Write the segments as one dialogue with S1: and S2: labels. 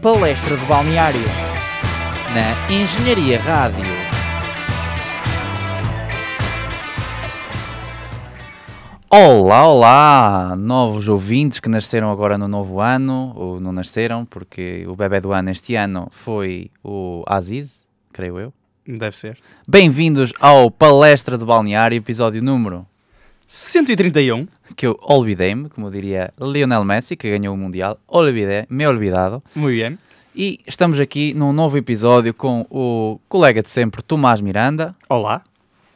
S1: Palestra de Balneário.
S2: Na Engenharia Rádio. Olá, olá, novos ouvintes que nasceram agora no novo ano, ou não nasceram, porque o bebê do ano este ano foi o Aziz, creio eu.
S3: Deve ser.
S2: Bem-vindos ao Palestra de Balneário, episódio número
S3: 131.
S2: que eu olvidei-me, como diria Lionel Messi, que ganhou o Mundial, olvidei, me olvidado.
S3: Muito bem.
S2: E estamos aqui num novo episódio com o colega de sempre, Tomás Miranda,
S3: Olá.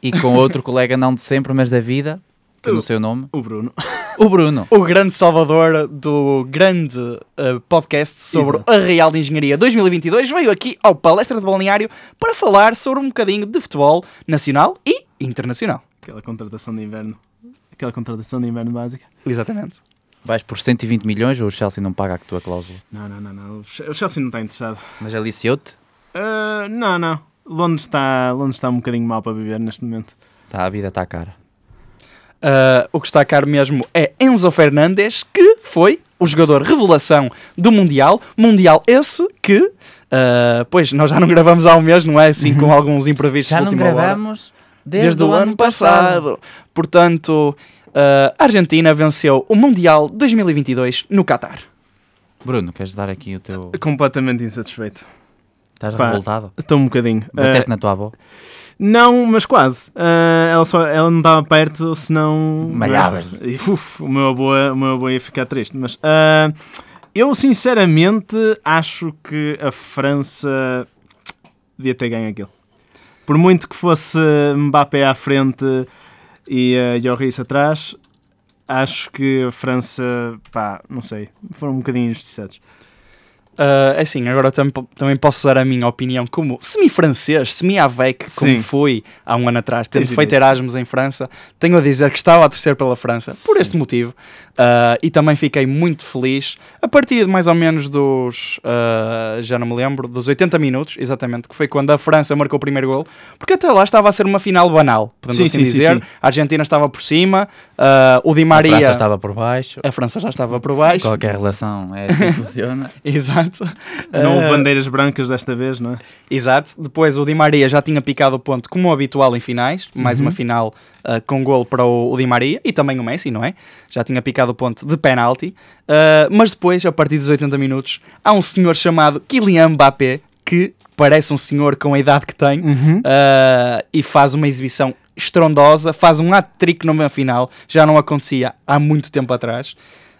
S2: e com outro colega não de sempre, mas da vida, que eu não sei o nome,
S1: O Bruno.
S2: o Bruno.
S3: O grande salvador do grande eh, podcast sobre
S1: Exato.
S3: a Real de Engenharia 2022 veio aqui ao Palestra de Balneário para falar sobre um bocadinho de futebol nacional e internacional.
S1: Aquela contratação de inverno. Aquela contratação de inverno básica.
S3: Exatamente.
S2: Vais por 120 milhões ou o Chelsea não paga a tua cláusula?
S1: Não, não, não, não. O Che- O Chelsea não está interessado.
S2: Mas aliciou-te?
S1: Ah, não, não. Londres está, Londres está um bocadinho mal para viver neste momento.
S2: Tá, a vida está cara.
S3: Ah, o que está caro mesmo é Enzo Fernandes, que foi o jogador revelação do Mundial. Mundial esse que, ah, pois, nós já não gravamos há um mês, não é? Assim, com alguns imprevistos de última hora.
S2: desde, o ano passado.
S3: Portanto, ah, a Argentina venceu o Mundial 2022 no Qatar.
S2: Bruno, queres dar aqui o teu...
S1: Completamente insatisfeito.
S2: Estás
S1: Pá.
S2: revoltado?
S1: Estou um bocadinho. Ah,
S2: Bateste na tua avó?
S1: não, mas quase. Ah, ela, só, ela não estava perto, senão.
S2: Malhavas.
S1: E, Uf, o meu avô, o meu avô ia ficar triste. Mas ah, eu, sinceramente, acho que a França devia ter ganho aquilo. Por muito que fosse Mbappé à frente e uh, Lloris atrás, acho que a França, pá, não sei, foram um bocadinho injustiçados.
S3: Ah, é assim, agora tam- também posso dar a minha opinião como semi-francês, semi-avec, como
S1: Sim.
S3: fui há um ano atrás, tendo
S1: Tens
S3: feito
S1: ideia.
S3: Erasmus em França, tenho a dizer que estava a torcer pela França por
S1: Sim.
S3: este motivo Ah, e também fiquei muito feliz a partir de mais ou menos dos, ah, já não me lembro, dos 80 minutos, exatamente, que foi quando a França marcou o primeiro gol, porque até lá estava a ser uma final banal, podemos
S1: Sim,
S3: assim
S1: sim, sim,
S3: dizer,
S1: sim.
S3: a Argentina estava por cima, ah, o Di Maria...
S2: A França estava por baixo.
S3: a França já estava por baixo,
S2: Qualquer relação é assim que funciona.
S3: exato.
S1: Não houve
S3: Ah,
S1: bandeiras brancas desta vez, não é?
S3: Exato. Depois o Di Maria já tinha picado o ponto como o habitual em finais. Mais
S2: Uhum.
S3: uma final ah, com gol para o, o Di Maria e também o Messi, não é? Já tinha picado o ponto de penalti. Ah, mas depois, a partir dos 80 minutos, há um senhor chamado Kylian Mbappé que parece um senhor com a idade que tem ah, e faz uma exibição estrondosa, faz um hat-trick numa final. Já não acontecia há muito tempo atrás.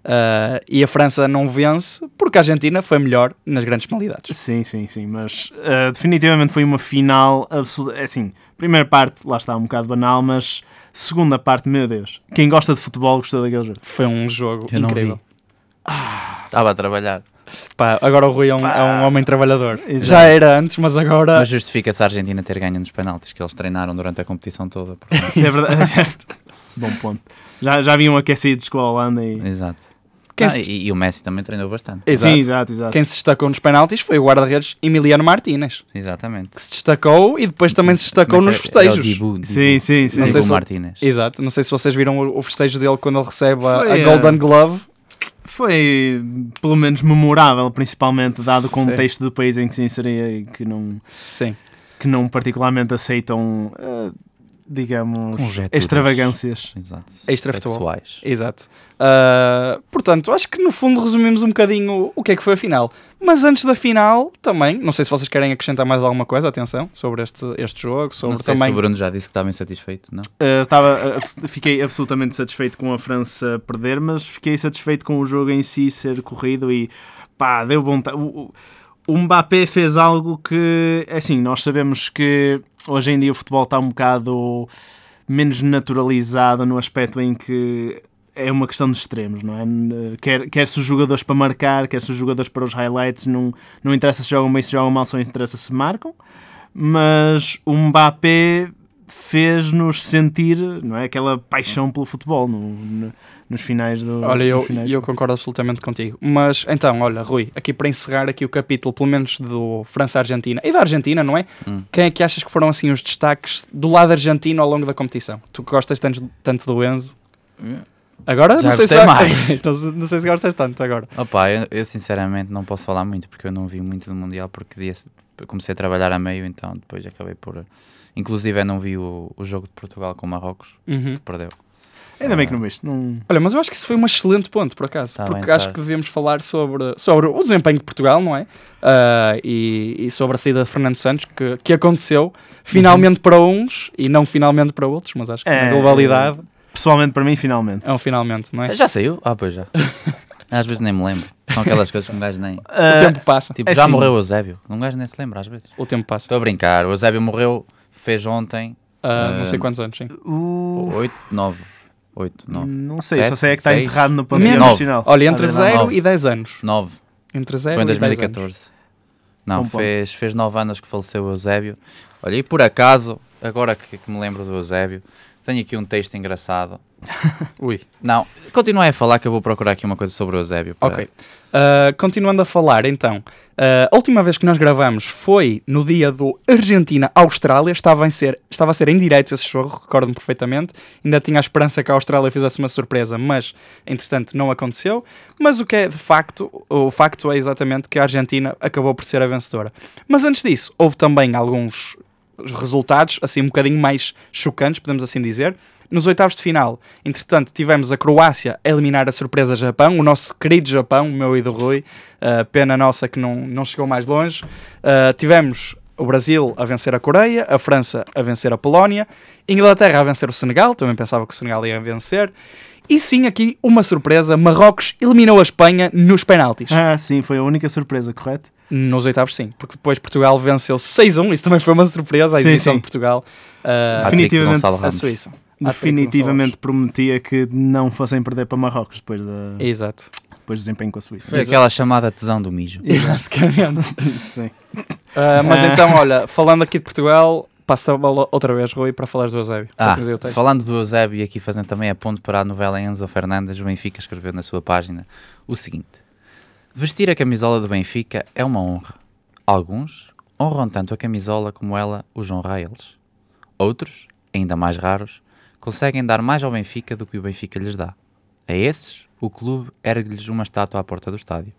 S3: Ah, e a França não vence porque a Argentina foi melhor nas grandes penalidades.
S1: Sim, sim, sim, mas eh, definitivamente foi uma final absoluta. é Assim, primeira parte, lá está um bocado banal, mas segunda parte, meu Deus, quem gosta de futebol gostou daquele jogo.
S3: Foi um jogo
S2: Eu não
S3: incrível.
S2: Estava a trabalhar.
S3: Pá, agora o Rui é um, é um homem trabalhador.
S1: Exato.
S3: Já era antes, mas agora.
S2: Mas justifica-se a Argentina ter ganho nos penaltis que eles treinaram durante a competição toda. porque-
S1: Isso é verdade, é certo. Bom ponto. Já, já vinham aquecidos com a Holanda e.
S2: Exato.
S3: Quem
S2: Ah,
S3: se-
S2: e, e o Messi também treinou bastante.
S3: É. Exato.
S1: Sim, exato, exato.
S3: Quem se destacou nos penaltis foi o guarda-redes Emiliano Martínez,
S2: Exatamente.
S3: que se destacou e depois também se destacou
S2: Como é
S3: nos
S2: que era? Era o
S3: festejos.
S2: Dibu, Dibu.
S1: Sim, sim, sim.
S3: Não sei
S2: Dibu
S3: se-
S2: Martínez.
S3: Exato, não sei se vocês viram o, o festejo dele quando ele recebe a- a,
S1: Foi, eh,
S2: é.
S3: Golden Glove.
S1: Foi pelo menos memorável, principalmente dado o
S3: Sim.
S1: contexto do país em que se inseria e que não,
S3: Sim,
S1: que não particularmente aceitam, eh, digamos,
S2: Conjeturas.
S1: extravagâncias.
S2: Exato.
S3: Extra futebol.
S2: Sexuais.
S3: exato. Ah, portanto, acho que no fundo resumimos um bocadinho o que é que foi a final. Mas antes da final, também, não sei se vocês querem acrescentar mais alguma coisa, atenção, sobre este, este jogo,
S2: Não
S3: sobre
S2: sei
S3: Então, também.
S2: se o Bruno já disse que estava insatisfeito, não?
S1: Uh, estava, uh, abs- fiquei absolutamente satisfeito com a França perder, mas fiquei satisfeito com o jogo em si ser corrido e pá, deu vontade. O, o o Mbappé fez algo que, é assim, nós sabemos que hoje em dia o futebol está um bocado menos naturalizado no aspecto em que é uma questão de extremos, não é? N- Quer, quer se os jogadores para marcar, quer se os jogadores para os highlights, não, não interessa se jogam bem, se jogam mal, só interessa se marcam. Mas o Mbappé fez-nos sentir não é, aquela paixão pelo futebol no- no- nos finais do.
S3: Olha, eu,
S1: nos finais
S3: eu
S1: do-
S3: concordo absolutamente contigo. Mas então, olha, Rui, aqui para encerrar aqui o capítulo, pelo menos do França-Argentina e da Argentina, não é?
S2: Hum.
S3: Quem é que achas que foram assim os destaques do lado argentino ao longo da competição? Tu que gostas tanto, tanto do Enzo? Agora
S2: Já
S3: não sei, se
S2: gostei
S3: não, sei- não sei se gostas tanto agora.
S2: Opa, eu, eu sinceramente não posso falar muito porque eu não vi muito do Mundial porque desse- comecei a trabalhar a meio, então depois acabei por. Inclusive eu não vi o, o jogo de Portugal com Marrocos, que perdeu.
S1: Ainda
S3: Ah.
S1: bem que não viste. Não...
S3: Olha, mas eu acho que isso foi um excelente ponto, por acaso,
S2: Tá bem,
S3: porque
S2: tá.
S3: acho que devemos falar sobre, sobre o desempenho de Portugal, não é? Ah, e, e sobre a saída de Fernando Santos, que, que aconteceu finalmente
S2: Uhum.
S3: para uns e não finalmente para outros, mas acho que
S1: É.
S3: na globalidade
S1: Pessoalmente, para mim, finalmente.
S3: é um finalmente, não é?
S2: Já saiu? Ah, pois já. Às vezes nem me lembro. São aquelas coisas que um gajo nem.
S1: Ah,
S3: o tempo passa.
S2: Tipo,
S1: É
S2: já
S1: assim.
S2: morreu o Eusébio. Um gajo nem se lembra às vezes.
S3: O tempo passa.
S2: Estou a brincar. O Eusébio morreu, fez ontem
S3: Ah, não sei
S2: Ah.
S3: quantos anos, sim.
S1: o-
S2: 8, 9. 8, 9.
S1: Não sei, só
S2: Oh, Sete,
S1: sei é que está
S2: seis,
S1: enterrado no Panteão
S2: nove.
S1: Nacional.
S3: Olha, é entre
S1: Está a ver lá?
S3: 0
S2: nove.
S3: e 10 anos.
S2: 9.
S3: Entre
S2: Foi
S3: 0
S2: em
S3: e 10 Hum. anos.
S2: 2014. Não,
S1: Bom ponto.
S2: fez, fez 9 anos que faleceu o Eusébio. Olha, e por acaso, agora que, que me lembro do Eusébio, tenho aqui um texto engraçado.
S3: Ui.
S2: Não, continuei a falar que eu vou procurar aqui uma coisa sobre o Eusébio. para-
S3: Ok. Uh, continuando a falar, então, uh, a última vez que nós gravamos foi no dia do Argentina-Austrália. Estava, em ser- estava a ser em direito esse jogo, recordo-me perfeitamente. Ainda tinha a esperança que a Austrália fizesse uma surpresa, mas entretanto não aconteceu. Mas o que é de facto, o facto é exatamente que a Argentina acabou por ser a vencedora. Mas antes disso, houve também alguns resultados assim um bocadinho mais chocantes, podemos assim dizer. Nos oitavos de final, entretanto, tivemos a Croácia a eliminar a surpresa Japão, o nosso querido Japão, o meu e do Rui, uh, pena nossa que não, não chegou mais longe. Uh, tivemos o Brasil a vencer a Coreia, a França a vencer a Polónia, Inglaterra a vencer o Senegal, também pensava que o Senegal ia vencer. E sim, aqui uma surpresa, Marrocos eliminou a Espanha nos penaltis.
S1: Ah, sim, foi a única surpresa, correto?
S3: Nos oitavos, sim, porque depois Portugal venceu 6-1, isso também foi uma surpresa, a
S1: Sim,
S3: exibição
S1: sim.
S3: de Portugal
S2: Patrick
S3: uh,
S1: Definitivamente
S2: Gonçalo
S3: à
S2: Ramos.
S3: Suíça. À frente do
S1: Definitivamente prometia que não fossem perder para Marrocos depois, da,
S3: Gonçalo. Exato.
S1: depois do desempenho com a Suíça.
S2: Foi aquela chamada tesão do mijo.
S3: Basicamente.
S1: Sim.
S3: Uh, mas então, olha, falando aqui de Portugal, passa a bola outra vez, Rui, para falar do Eusébio.
S2: Ah,
S3: Para dizer o texto.
S2: falando do Eusébio e aqui fazendo também a ponto para a novela Enzo Fernandes, o Benfica escreveu na sua página o seguinte: Vestir a camisola do Benfica é uma honra. Alguns honram tanto a camisola como ela os honra a eles. Outros, ainda mais raros, conseguem dar mais ao Benfica do que o Benfica lhes dá. A esses, o clube ergue-lhes uma estátua à porta do estádio.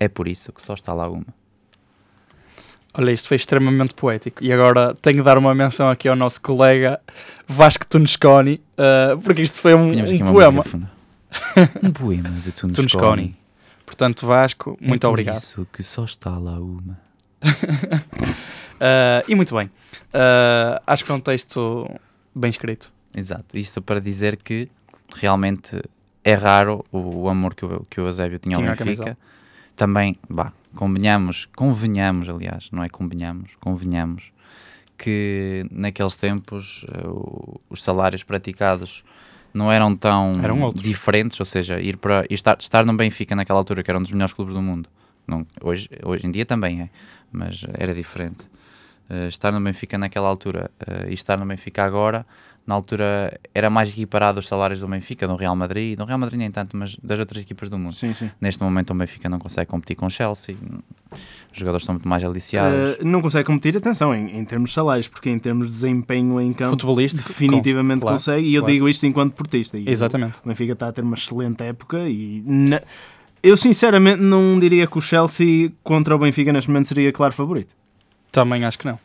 S2: É por isso que só está lá uma.
S3: Olha, isto foi extremamente poético. E agora tenho de dar uma menção aqui ao nosso colega Vasco Tunesconi, uh, porque isto foi um,
S2: Tínhamos
S3: um
S2: aqui uma
S3: poema.
S2: música de fundo. Um poema de Tunesconi.
S3: Tunesconi. Portanto, Vasco, muito
S2: é por
S3: obrigado.
S2: Isso que só está lá uma.
S3: Uh, e muito bem. Uh, acho que é um texto bem escrito.
S2: Exato. Isto para dizer que realmente é raro o, o amor que o, que o Eusébio tinha ao
S3: Tinha a
S2: Benfica.
S3: camisola.
S2: Também, vá, convenhamos, convenhamos, aliás, não é convenhamos, convenhamos, que naqueles tempos eh, o- os salários praticados não eram tão
S3: Eram outros.
S2: diferentes, ou seja, ir para ir estar, estar no Benfica naquela altura, que era um dos melhores clubes do mundo, não, hoje, hoje em dia também é, mas era diferente. Eh, estar no Benfica naquela altura eh, e estar no Benfica agora, na altura era mais equiparado os salários do Benfica, do Real Madrid, do Real Madrid nem tanto, mas das outras equipas do mundo.
S1: Sim, sim.
S2: Neste momento o Benfica não consegue competir com o Chelsea, os jogadores estão muito mais aliciados.
S1: Uh, não consegue competir, atenção, em, em termos de salários, porque em termos de desempenho em campo,
S3: Futebolista.
S1: definitivamente
S3: claro,
S1: consegue. E eu
S3: claro.
S1: digo isto enquanto portista. E
S3: Exatamente.
S1: O Benfica está a ter uma excelente época e. na- Eu sinceramente não diria que o Chelsea contra o Benfica neste momento seria claro favorito.
S3: Também acho que não.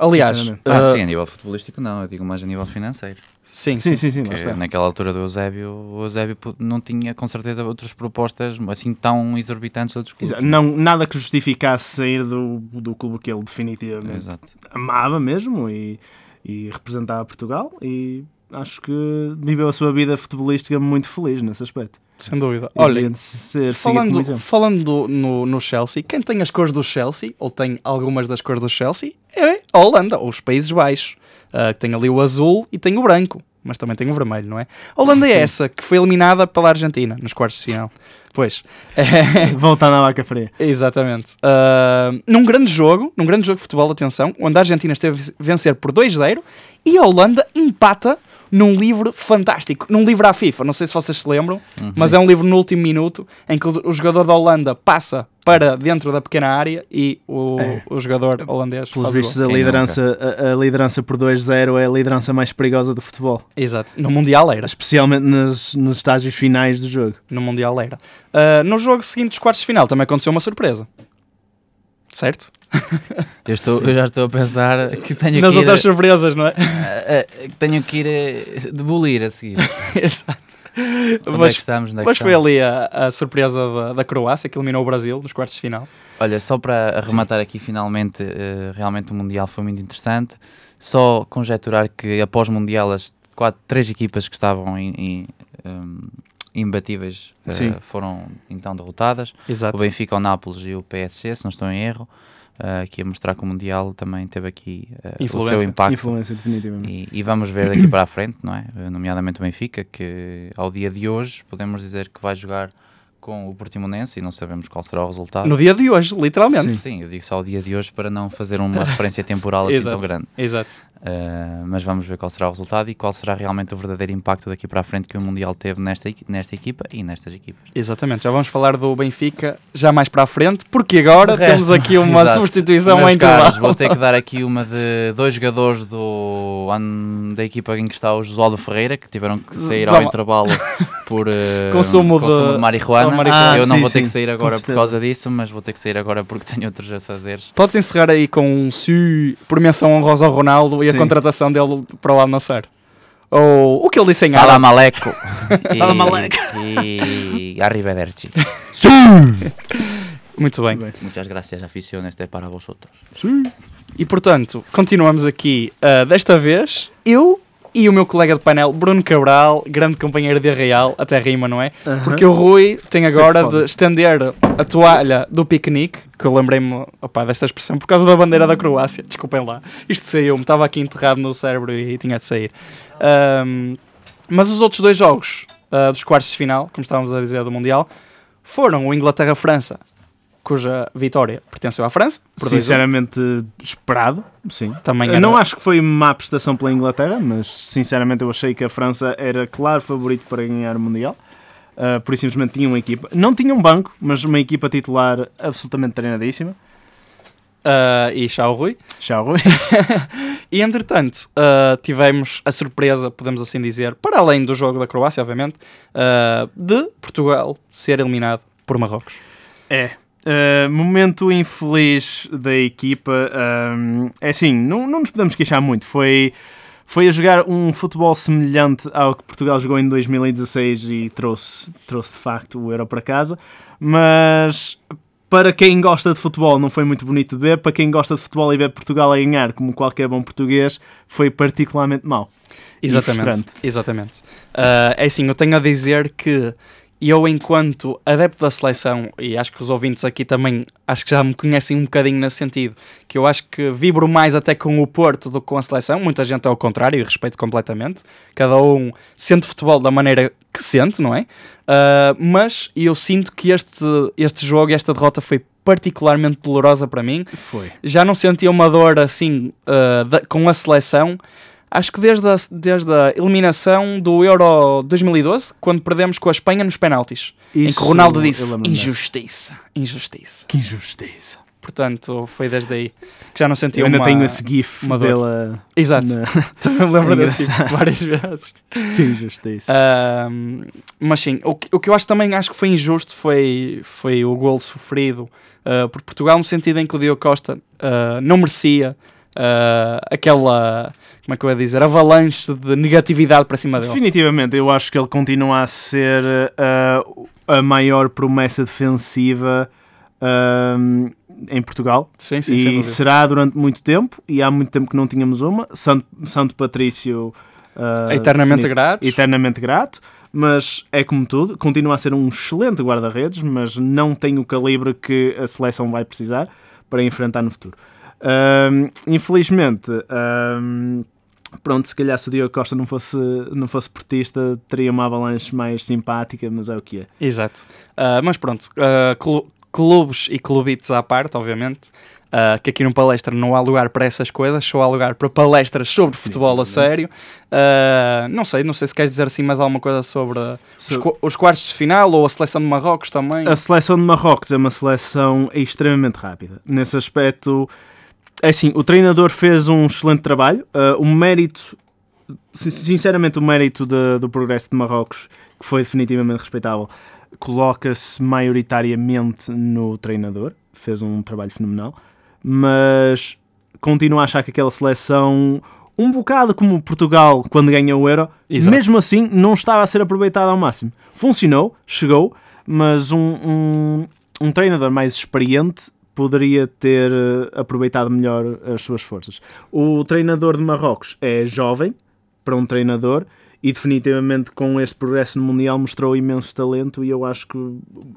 S3: Aliás,
S1: Sinceramente.
S2: ah,
S3: uh,
S2: sim, a nível futebolístico não, eu digo mais a nível financeiro.
S3: sim,
S1: Sim, sim, sim, lá
S2: Porque
S1: está.
S2: naquela altura do Eusébio, o Eusébio pu- não tinha com certeza outras propostas assim tão exorbitantes de outros clubes.
S1: Exato. Não, nada que justificasse sair do, do clube que ele definitivamente
S2: Exato.
S1: amava mesmo e, e representava Portugal e acho que viveu a sua vida futebolística muito feliz nesse aspecto.
S3: sem dúvida.
S1: E
S3: Olha,
S1: devia de ser seguido como
S3: Falando,
S1: um exemplo.
S3: falando do- no, no Chelsea, quem tem as cores do Chelsea, ou tem algumas das cores do Chelsea, é a Holanda, ou os Países Baixos, ah, que tem ali o azul e tem o branco, mas também tem o vermelho, não é? A Holanda é essa que foi eliminada pela Argentina nos quartos de final. Pois, é,
S1: Voltando à vaca fria.
S3: exatamente. Ah, num grande jogo, num grande jogo de futebol, atenção, onde a Argentina esteve a vencer por 2-0 e a Holanda empata num livro fantástico, num livro à FIFA, não sei se vocês se lembram, mas é um livro no último minuto em que o o jogador da Holanda passa para dentro da pequena área e o,
S2: É.
S3: o jogador holandês
S1: Pelos
S3: faz o
S1: vistos,
S3: gol.
S1: a
S2: Quem
S1: liderança, a, a liderança por 2-0 é a liderança mais perigosa do futebol.
S3: Exato. No Mundial era.
S1: Especialmente nas, nos estágios finais do jogo.
S3: No Mundial era. Ah, no jogo seguinte dos quartos de final também aconteceu uma surpresa. Certo?
S2: Eu, estou, eu já estou a pensar que tenho
S3: Nas
S2: que,
S3: outras
S2: ir,
S3: surpresas, não é?
S2: eh, eh, que tenho que ir eh, debulir a seguir.
S3: Exato.
S2: Onde é
S3: Mas
S2: que estamos? Onde é que
S3: Mas foi
S2: estamos?
S3: ali a, a surpresa da, da Croácia que eliminou o Brasil nos quartos de final.
S2: Olha, só para arrematar aqui finalmente, eh, realmente o Mundial foi muito interessante. Só conjecturar que após o Mundial as quatro, três equipas que estavam em, em, hum, imbatíveis eh,
S1: Sim.
S2: foram então derrotadas.
S3: Exato.
S2: O Benfica, o Nápoles e o PSG, se não estou em erro. eh, aqui a mostrar que o Mundial também teve aqui eh, o
S3: Influência.
S2: seu impacto
S1: Influência, definitivamente.
S2: E, e vamos ver daqui para a frente, não é? Eh, Nomeadamente o Benfica, que ao dia de hoje podemos dizer que vai jogar com o Portimonense e não sabemos qual será o resultado.
S3: No dia de hoje, literalmente.
S2: Sim. eu digo só ao dia de hoje para não fazer uma referência temporal assim
S3: Exato.
S2: tão grande.
S3: Exato.
S2: Eh, mas vamos ver qual será o resultado e qual será realmente o verdadeiro impacto daqui para a frente que o Mundial teve nesta, equi- nesta equipa e nestas equipas.
S3: Exatamente. Já vamos falar do Benfica já mais para a frente, porque agora
S2: De resto,
S3: temos aqui uma
S2: exato.
S3: substituição
S2: Meus
S3: em
S2: caros,
S3: global.
S2: vou ter que dar aqui uma de dois jogadores do, an- da equipa em que está o Josualdo Ferreira, que tiveram que sair ao
S3: Desama-
S2: intervalo por eh,
S3: Consumo de-
S2: consumo de
S3: de
S2: marihuana.
S3: marihuana.
S2: Eu
S1: Ah,
S2: não
S1: sim,
S2: vou ter
S1: sim,
S2: que sair
S1: com
S2: agora por
S1: certeza.
S2: causa disso, mas vou ter que sair agora porque tenho outros a fazer.
S3: Podes encerrar aí com um se por menção honrosa ao Ronaldo e a
S1: Sim.
S3: contratação dele para o Al Nassr. Ou o que ele disse em árabe.
S2: Salam aleco.
S1: Salam aleiko.
S2: E, e arrivederci.
S3: Muito bem.
S2: Muchas gracias, afición. Este es para vosotros.
S3: E portanto, continuamos aqui ah, desta vez, eu e o meu colega de painel, Bruno Cabral, grande companheiro de Arraial, até rima, não é?
S1: Aham.
S3: Porque o Rui tem agora de
S1: propósito.
S3: estender a toalha do piquenique, que eu lembrei-me opá, desta expressão por causa da bandeira da Croácia. Desculpem lá, isto saiu-me, estava aqui enterrado no cérebro e, tinha de sair. Ahm, mas os outros dois jogos ah, dos quartos de final, como estávamos a dizer, do Mundial, foram o Inglaterra-França, cuja vitória pertenceu à França. por 2-1.
S1: Sinceramente, esperado. Sim.
S3: Também
S1: Eu não
S3: era-
S1: acho que foi má prestação pela Inglaterra, mas sinceramente eu achei que a França era claro favorito para ganhar o Mundial. Uh, por isso simplesmente tinha uma equipa, não tinha um banco, mas uma equipa titular absolutamente treinadíssima.
S3: Ah, e Chao Rui.
S1: Já o Rui.
S3: E entretanto, ah, tivemos a surpresa, podemos assim dizer, para além do jogo da Croácia, obviamente, ah, de Portugal ser eliminado por Marrocos.
S1: É. Uh, momento infeliz da equipa. um, é assim, não, não nos podemos queixar muito. Foi, foi a jogar um futebol semelhante ao que Portugal jogou em 2016 e trouxe, trouxe de facto o Euro para casa. Mas para quem gosta de futebol, não foi muito bonito de ver. Para quem gosta de futebol e vê Portugal a ganhar, como qualquer bom português, foi particularmente mau. E
S3: Exatamente.
S1: frustrante.
S3: Exatamente. Ah, é assim, eu tenho a dizer que eu, enquanto adepto da seleção, e acho que os ouvintes aqui também, acho que já me conhecem um bocadinho nesse sentido, que eu acho que vibro mais até com o Porto do que com a seleção. Muita gente é ao contrário e respeito completamente. Cada um sente futebol da maneira que sente, não é? Ah, mas eu sinto que este, este jogo, esta derrota foi particularmente dolorosa para mim
S1: Foi.
S3: já não sentia uma dor assim ah, da- com a seleção. Acho que desde a, desde a eliminação do Euro 2012, quando perdemos com a Espanha nos penaltis, em que
S1: Isso
S3: Ronaldo
S1: eu
S3: disse
S1: lembro-me dessa.
S3: injustiça, injustiça.
S1: Que injustiça.
S3: Portanto, foi desde aí que já não sentia
S1: Eu ainda
S3: uma...
S1: tenho esse gif
S3: uma dor.
S1: dela.
S3: Exato,
S1: na-
S3: também me lembro
S1: É
S3: desse tipo várias vezes.
S1: Que injustiça.
S3: Ahm, mas sim, o que, o que eu acho também acho que foi injusto foi, foi o golo sofrido ah, por Portugal, no sentido em que o Diogo Costa ah, não merecia ah, aquela, como é que eu ia dizer, avalanche de negatividade para cima dele.
S1: Definitivamente, eu acho que ele continua a ser eh, a maior promessa defensiva ahm, em Portugal.
S3: Sim, sim, sem
S1: E
S3: dúvida.
S1: será durante muito tempo, e há muito tempo que não tínhamos uma. Santo, Santo Patrício. eh,
S3: É Eternamente
S1: defini-
S3: grato.
S1: eternamente grato, mas é como tudo, continua a ser um excelente guarda-redes, mas não tem o calibre que a seleção vai precisar para enfrentar no futuro. Ahm, infelizmente, ahm, pronto, se calhar se o Diogo Costa não fosse, não fosse portista, teria uma avalanche mais simpática, mas é o que é.
S3: Exato. Ah, mas pronto, ah, colo- clubes e clubites à parte, obviamente, ah, que aqui no palestra não há lugar para essas coisas, só há lugar para palestras sobre futebol a sério. Ah, não sei, não sei se queres dizer assim mais alguma coisa sobre os,
S1: So-
S3: qua- os quartos de final ou a seleção de Marrocos também.
S1: A seleção de Marrocos é uma seleção extremamente rápida. Nesse aspecto, é assim, o treinador fez um excelente trabalho. Ah, o mérito, sin- sinceramente, o mérito de- do progresso de Marrocos, que foi definitivamente respeitável, coloca-se maioritariamente no treinador. Fez um trabalho fenomenal. Mas continuo a achar que aquela seleção, um bocado como Portugal quando ganhou o Euro,
S3: Exato.
S1: mesmo assim não estava a ser aproveitada ao máximo. Funcionou, chegou, mas um, um, um treinador mais experiente poderia ter eh, aproveitado melhor as suas forças. O treinador de Marrocos é jovem para um treinador e definitivamente com este progresso no Mundial mostrou imenso talento e eu acho que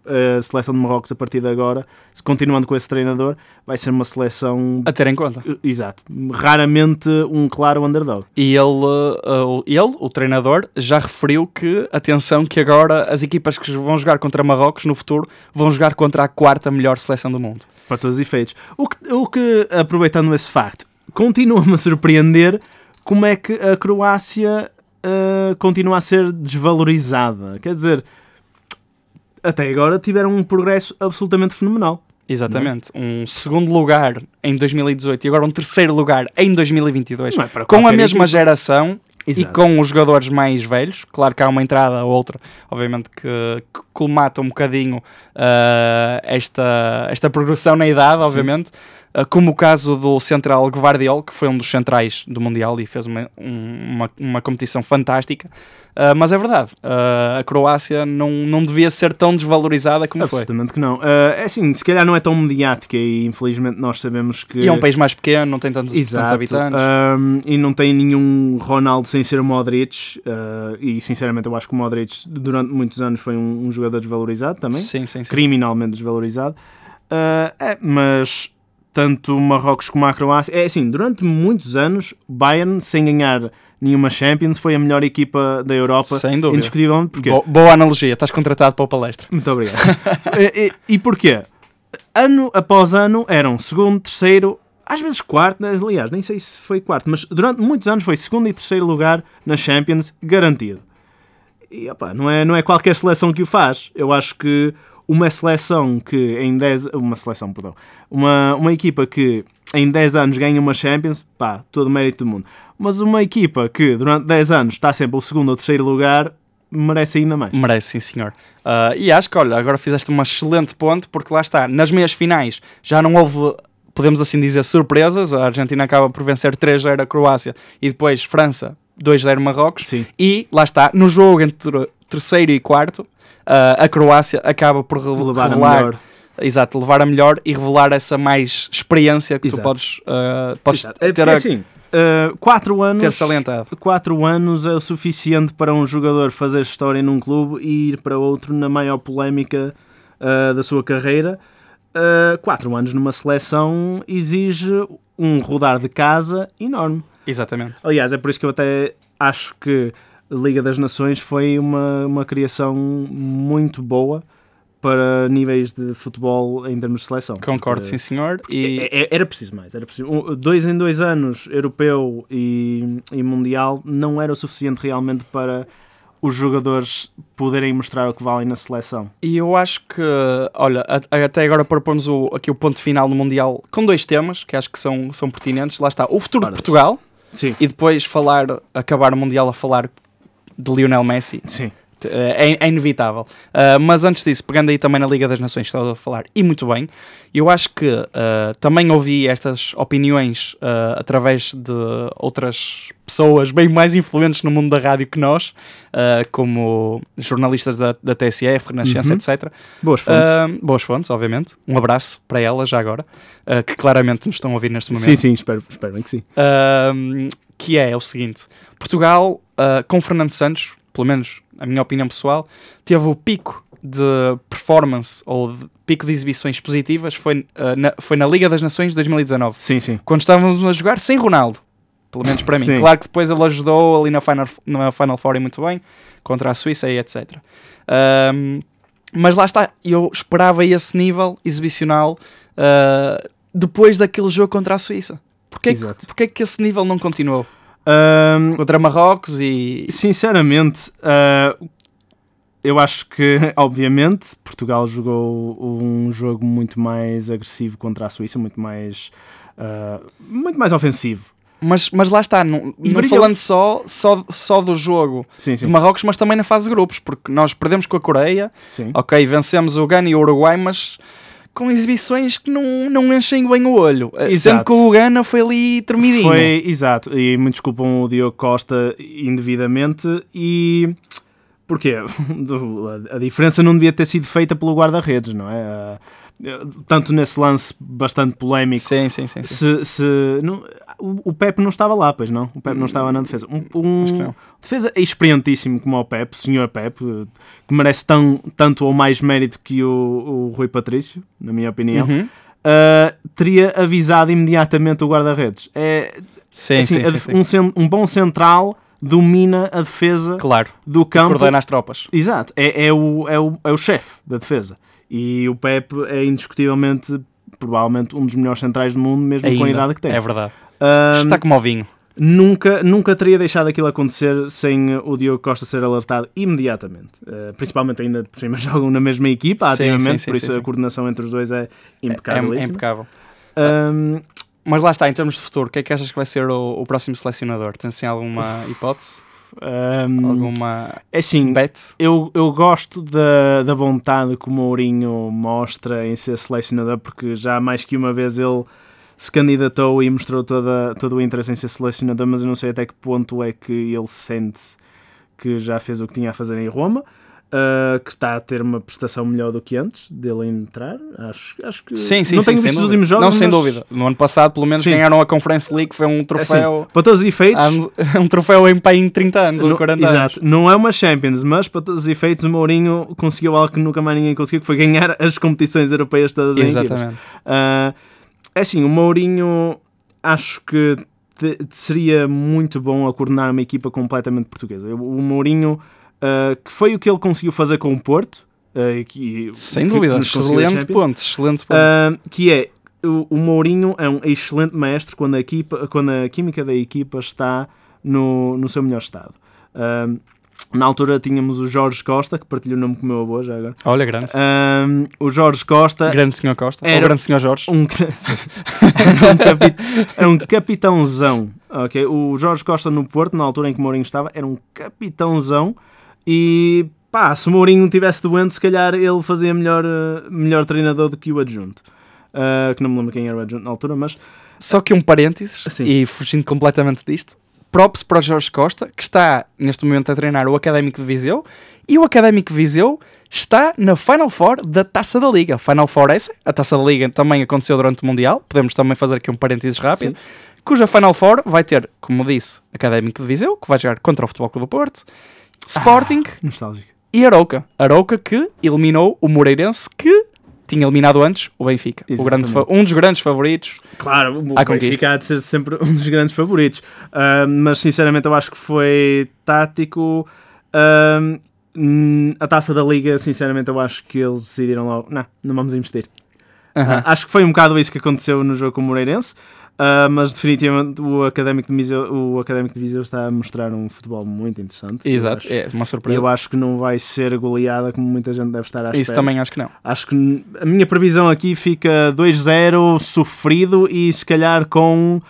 S1: a seleção de Marrocos a partir de agora, se continuando com esse treinador, vai ser uma seleção...
S3: A ter em conta.
S1: Exato. Raramente um claro underdog.
S3: E ele, uh, o- ele, o treinador, já referiu que, atenção, que agora as equipas que vão jogar contra Marrocos no futuro vão jogar contra a quarta melhor seleção do mundo.
S1: para todos os efeitos. O que, o que, aproveitando esse facto, continua-me a surpreender como é que a Croácia ah, continua a ser desvalorizada. Quer dizer, até agora tiveram um progresso absolutamente fenomenal.
S3: Exatamente. Um segundo lugar em 2018 e agora um terceiro lugar em 2022.
S1: Não é para
S3: com a
S1: qualquer
S3: mesma
S1: equipa.
S3: geração e
S1: Exato.
S3: com os jogadores mais velhos. Claro que há uma entrada ou outra, obviamente, que, que colmata um bocadinho ah, esta, esta progressão na idade, obviamente. Ah, como o caso do central Guardiol, que foi um dos centrais do Mundial e fez uma, um- uma, uma competição fantástica. Ah, mas é verdade, ah, a Croácia não, não devia ser tão desvalorizada como foi.
S1: Absolutamente que não. Ah, é assim, se calhar não é tão mediática e infelizmente nós sabemos que.
S3: E é um país mais pequeno, não tem tantos, tantos
S1: Eh, Exato. Ah,
S3: habitantes.
S1: Ahm, e não tem nenhum Ronaldo sem ser o Modric. ah, e sinceramente eu acho que o Modric durante muitos anos foi um, um jogador desvalorizado também.
S3: Sim, sim, sim.
S1: criminalmente desvalorizado. Ah, é, mas tanto Marrocos como a Croácia. É assim, durante muitos anos, Bayern, sem ganhar nenhuma Champions, foi a melhor equipa da Europa.
S3: Sem dúvida.
S1: Indiscutivelmente. Porque...
S3: Bo- boa analogia, estás contratado para o palestra.
S1: Muito obrigado. e, e- e porquê? Ano após ano eram segundo, terceiro, às vezes quarto, né? aliás, nem sei se foi quarto, mas durante muitos anos foi segundo e terceiro lugar na Champions, garantido. E opa, não é, não é qualquer seleção que o faz. Eu acho que uma seleção que em 10 uma seleção, perdão, uma, uma equipa que em 10 anos ganha uma Champions, pá, todo o mérito do mundo. Mas uma equipa que durante 10 anos está sempre o segundo ou terceiro lugar, merece ainda mais.
S3: Merece, sim, senhor. Ah, e acho que, olha, agora fizeste uma excelente ponte, porque lá está, nas meias finais já não houve, podemos assim dizer, surpresas. A Argentina acaba por vencer 3-0 a Croácia e depois França 2-0 Marrocos.
S1: Sim.
S3: E lá está, no jogo entre terceiro e quarto, ah, a Croácia acaba por revel-
S1: Levar a
S3: revelar.
S1: melhor.
S3: Exato, levar a melhor e revelar essa mais experiência que tu
S1: Exato.
S3: podes, ah, podes
S1: Exato. É porque,
S3: ter, a-
S1: assim, uh, quatro anos,
S3: ter salientado.
S1: quatro anos é o suficiente para um jogador fazer história num clube e ir para outro na maior polémica uh, da sua carreira. Uh, quatro anos numa seleção exige um rodar de casa enorme.
S3: Exatamente.
S1: Aliás, é por isso que eu até acho que a Liga das Nações foi uma, uma criação muito boa para níveis de futebol em termos de seleção.
S3: Concordo, sim,
S1: Porque-
S3: senhor. E
S1: é- é- Era preciso mais, era preciso. Um- Dois em dois anos, europeu e, e mundial, não era o suficiente realmente para os jogadores poderem mostrar o que valem na seleção.
S3: E eu acho que, olha, a- a- até agora propomos o, aqui o ponto final no Mundial com dois temas que acho que são, são pertinentes. Lá está, o futuro de
S1: Ora,
S3: Portugal
S1: Sim,
S3: e depois falar, acabar o Mundial a falar de Lionel Messi.
S1: sim.
S3: Te- É, é inevitável. Ah, mas antes disso, pegando aí também na Liga das Nações que estava a falar, e muito bem, eu acho que ah, também ouvi estas opiniões ah, através de outras pessoas bem mais influentes no mundo da rádio que nós, ah, como jornalistas da, da TSF, Renascença,
S1: Uhum.
S3: etc.
S1: Boas fontes.
S3: Ah, boas fontes, obviamente. Um abraço para elas já agora, ah, que claramente nos estão a ouvir neste momento.
S1: sim, sim, espero, espero bem que sim.
S3: Ah, que é, o seguinte: Portugal, ah, com Fernando Santos, pelo menos a minha opinião pessoal, teve o pico de performance ou de pico de exibições positivas foi, ah, na, foi na Liga das Nações de 2019,
S1: Sim, sim.
S3: quando estávamos a jogar sem Ronaldo. Pelo menos para mim.
S1: Sim.
S3: Claro que depois ele ajudou ali na Final, na Final Four e muito bem, contra a Suíça e etc. Ah, Mas lá está, eu esperava esse nível exibicional ah, depois daquele jogo contra a Suíça. Porquê, que-
S1: Exato.
S3: porquê que esse nível não continuou?
S1: Ahm,
S3: Contra Marrocos e.
S1: Sinceramente, ah, eu acho que, obviamente, Portugal jogou um jogo muito mais agressivo contra a Suíça, muito mais, ah, muito mais ofensivo.
S3: Mas, mas lá está, não,
S1: E
S3: não
S1: brilhou.
S3: falando só, só, só do jogo
S1: Sim,
S3: de
S1: sim.
S3: Marrocos, mas também na fase de grupos, porque nós perdemos com a Coreia,
S1: sim.
S3: ok, vencemos o Gana e o Uruguai, mas com exibições que não, não enchem bem o olho. Eh, Sendo
S1: Exato.
S3: que o Gana foi ali tremidinho.
S1: Foi, exato, e me desculpam o Diogo Costa indevidamente e porquê? Do- A diferença não devia ter sido feita pelo guarda-redes, não é? Ah, Tanto nesse lance bastante polémico
S3: Sim, sim, sim. sim.
S1: se, se- não- o, o Pepe não estava lá, pois não? O Pepe não estava na defesa. Um, um
S3: Hum, acho que não.
S1: defesa experientíssimo como o Pepe, o senhor Pepe, que merece tão, tanto ou mais mérito que o, o Rui Patrício, na minha opinião,
S3: Uhum.
S1: ah, teria avisado imediatamente o guarda-redes. É,
S3: Sim,
S1: assim,
S3: sim,
S1: a
S3: sim,
S1: def-
S3: sim.
S1: Um, cen- um bom central domina a defesa
S3: Claro,
S1: do campo.
S3: coordena as tropas.
S1: Exato, é, é o, é o, é o chefe da defesa. E o Pepe é indiscutivelmente, provavelmente, um dos melhores centrais do mundo, mesmo com a
S3: Ainda.
S1: idade que tem.
S3: É verdade.
S1: Ahm,
S3: Está como o vinho.
S1: nunca, nunca teria deixado aquilo acontecer sem o Diogo Costa ser alertado imediatamente. Ah, principalmente ainda por cima jogam na mesma equipa,
S3: Sim, sim,
S1: ativamente,
S3: sim,
S1: por
S3: sim,
S1: isso
S3: sim.
S1: a coordenação entre os dois é
S3: É,
S1: impecável.
S3: é impecável.
S1: Ahm,
S3: Mas lá está, em termos de futuro, o que é que achas que vai ser o, o próximo selecionador? Tens assim, alguma hipótese? Hum.
S1: ahm,
S3: Alguma
S1: é assim,
S3: bet?
S1: eu, eu gosto da, da vontade que o Mourinho mostra em ser selecionador, porque já mais que uma vez ele se candidatou e mostrou toda, todo o interesse em ser selecionador, mas eu não sei até que ponto é que ele sente que já fez o que tinha a fazer em Roma, ah, que está a ter uma prestação melhor do que antes dele entrar. Acho, acho que
S3: Sim, sim,
S1: não
S3: sim,
S1: tenho
S3: sem
S1: visto os
S3: dúvida.
S1: últimos jogos.
S3: Não, sem
S1: mas,
S3: dúvida. No ano passado, pelo menos,
S1: Sim.
S3: ganharam a Conference League, foi um
S1: assim,
S3: troféu.
S1: para todos os efeitos,
S3: há uns- um troféu em, pá, em 30 anos ou
S1: Não-
S3: 40 anos.
S1: Exato. Não é uma Champions, mas para todos os efeitos o Mourinho conseguiu algo que nunca mais ninguém conseguiu, que foi ganhar as competições europeias todas em equipas.
S3: Exatamente.
S1: Ah, É assim, o Mourinho acho que te- seria muito bom a coordenar uma equipa completamente portuguesa. O Mourinho, ah, que foi o que ele conseguiu fazer com o Porto, ah, e que-
S3: Sem
S1: que- que
S3: dúvida.
S1: nos conseguiu a
S3: Excelente
S1: Champions.
S3: ponto. Excelente ponto.
S1: Ah, que é o, o Mourinho é um excelente mestre quando a, equipa, quando a química da equipa está no, no seu melhor estado. Ah, na altura tínhamos o Jorge Costa, que partilha o nome com o meu avô já agora.
S3: Olha, grande.
S1: Ah, o Jorge Costa
S3: grande senhor Costa. Ou
S1: ah, era-
S3: grande senhor Jorge.
S1: um, era um, capi- era um capitãozão. ok? O Jorge Costa no Porto, na altura em que o Mourinho estava, era um capitãozão. E pá, se o Mourinho não tivesse doente, se calhar ele fazia melhor, eh, melhor treinador do que o adjunto. Ah, que não me lembro quem era o adjunto na altura, mas
S3: Só que um parênteses,
S1: Sim.
S3: e fugindo completamente disto, props para o Jorge Costa, que está neste momento a treinar o Académico de Viseu, e o Académico de Viseu está na Final Four da Taça da Liga. Final Four essa, a Taça da Liga também aconteceu durante o Mundial, podemos também fazer aqui um parênteses rápido, cuja Final Four vai ter, como disse, Académico de Viseu, que vai jogar contra o Futebol Clube do Porto, Sporting
S1: Ah. nostálgico.
S3: e Arouca. Arouca que eliminou o Moreirense, que tinha eliminado antes o Benfica. O grande fa- um dos grandes favoritos
S1: Claro, o
S3: À
S1: Benfica há de ser sempre um dos grandes favoritos. Ah, mas sinceramente eu acho que foi tático. Ah, hum, a taça da Liga, sinceramente, eu acho que eles decidiram logo: não, não vamos investir.
S3: Aham.
S1: Ah, acho que foi um bocado isso que aconteceu no jogo com o Moreirense, ah, mas definitivamente o Académico de Viseu, o Académico de Viseu está a mostrar um futebol muito interessante.
S3: Exato,
S1: Eu acho,
S3: é uma surpresa.
S1: eu acho que não vai ser goleada como muita gente deve estar à espera.
S3: Isso também acho que não.
S1: Acho que n- a minha previsão aqui fica 2-0 sofrido e se calhar com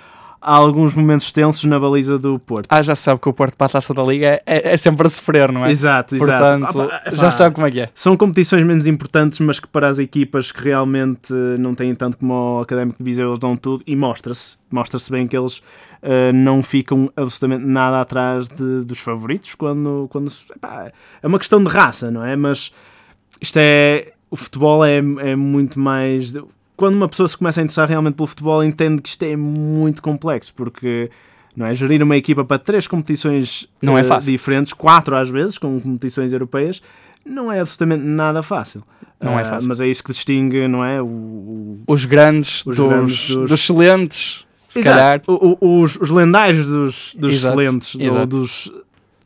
S1: alguns momentos tensos na baliza do Porto.
S3: Ah, já sabe que o Porto para a taça da Liga é, é sempre a sofrer, não é?
S1: Exato, exato. Ah,
S3: Portanto,
S1: Opa, epá,
S3: já sabe como é que é.
S1: São competições menos importantes, mas que para as equipas que realmente eh, não têm tanto como o Académico de Viseu, eles dão tudo e mostra-se. Mostra-se bem que eles eh, não ficam absolutamente nada atrás de- dos favoritos quando. quando se- epá, é uma questão de raça, não é? Mas isto é. O futebol é, é muito mais. de- Quando uma pessoa se começa a interessar realmente pelo futebol, entende que isto é muito complexo, porque. Não é? Gerir uma equipa para três competições
S3: Não é
S1: eh,
S3: fácil.
S1: diferentes, quatro às vezes, com competições europeias, não é absolutamente nada fácil.
S3: Não é
S1: Ah,
S3: fácil.
S1: Mas é isso que distingue, não é? O, o-
S3: Os grandes,
S1: Os
S3: dos,
S1: grandes dos-
S3: dos excelentes, se
S1: Exato.
S3: calhar.
S1: O- o- os, os lendários dos, dos
S3: Exato,
S1: excelentes, do-
S3: exato.
S1: dos,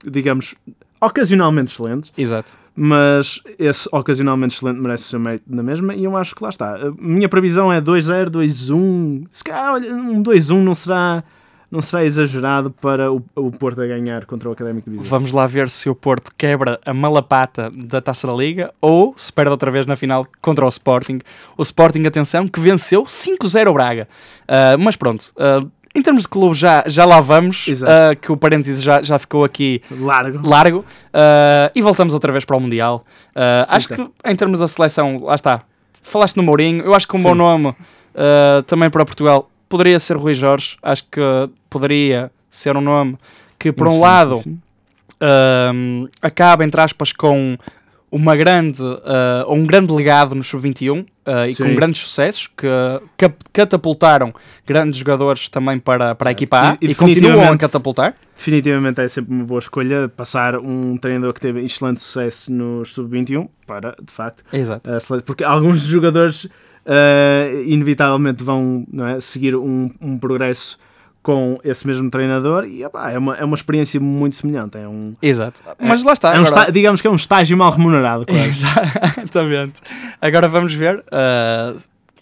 S1: digamos, ocasionalmente excelentes,
S3: Exato.
S1: mas esse ocasionalmente excelente merece o seu mérito na mesma e eu acho que lá está. A minha previsão é 2-0, 2-1. Se calhar olha, um 2-1 não será, não será exagerado para o, o Porto a ganhar contra o Académico de Viseu.
S3: Vamos lá ver se o Porto quebra a malapata da Taça da Liga ou se perde outra vez na final contra o Sporting. O Sporting, atenção, que venceu 5-0 o Braga. Ah, mas pronto, ah, em termos de clube já, já lá vamos,
S1: Exato.
S3: ah, que o parênteses já, já ficou aqui
S1: Largo.
S3: largo ah, e voltamos outra vez para o Mundial. Ah, acho
S1: Então.
S3: que em termos da seleção, lá está, falaste no Mourinho, eu acho que um bom
S1: Sim.
S3: nome ah, também para Portugal poderia ser Rui Jorge, acho que poderia ser um nome que, por um lado,
S1: Sim.
S3: ahm, acaba, entre aspas, com uma grande, ah, ou um grande legado no Sub-21 ah, e
S1: Sim.
S3: com grandes sucessos que cap- catapultaram grandes jogadores também para, para a
S1: Certo.
S3: equipa A
S1: E-
S3: e, continuam a
S1: definitivamente-
S3: catapultar.
S1: Definitivamente é sempre uma boa escolha passar um treinador que teve excelente sucesso nos sub-21 para, de facto,
S3: Exato.
S1: a sele- porque alguns jogadores eh, inevitavelmente vão não é, seguir um, um progresso com esse mesmo treinador e epá, é, uma, é uma experiência muito semelhante. É um,
S3: Exato. Mas lá está.
S1: é um
S3: agora-
S1: esta- digamos que é um estágio mal remunerado, quase.
S3: Exatamente. Agora vamos ver. uh,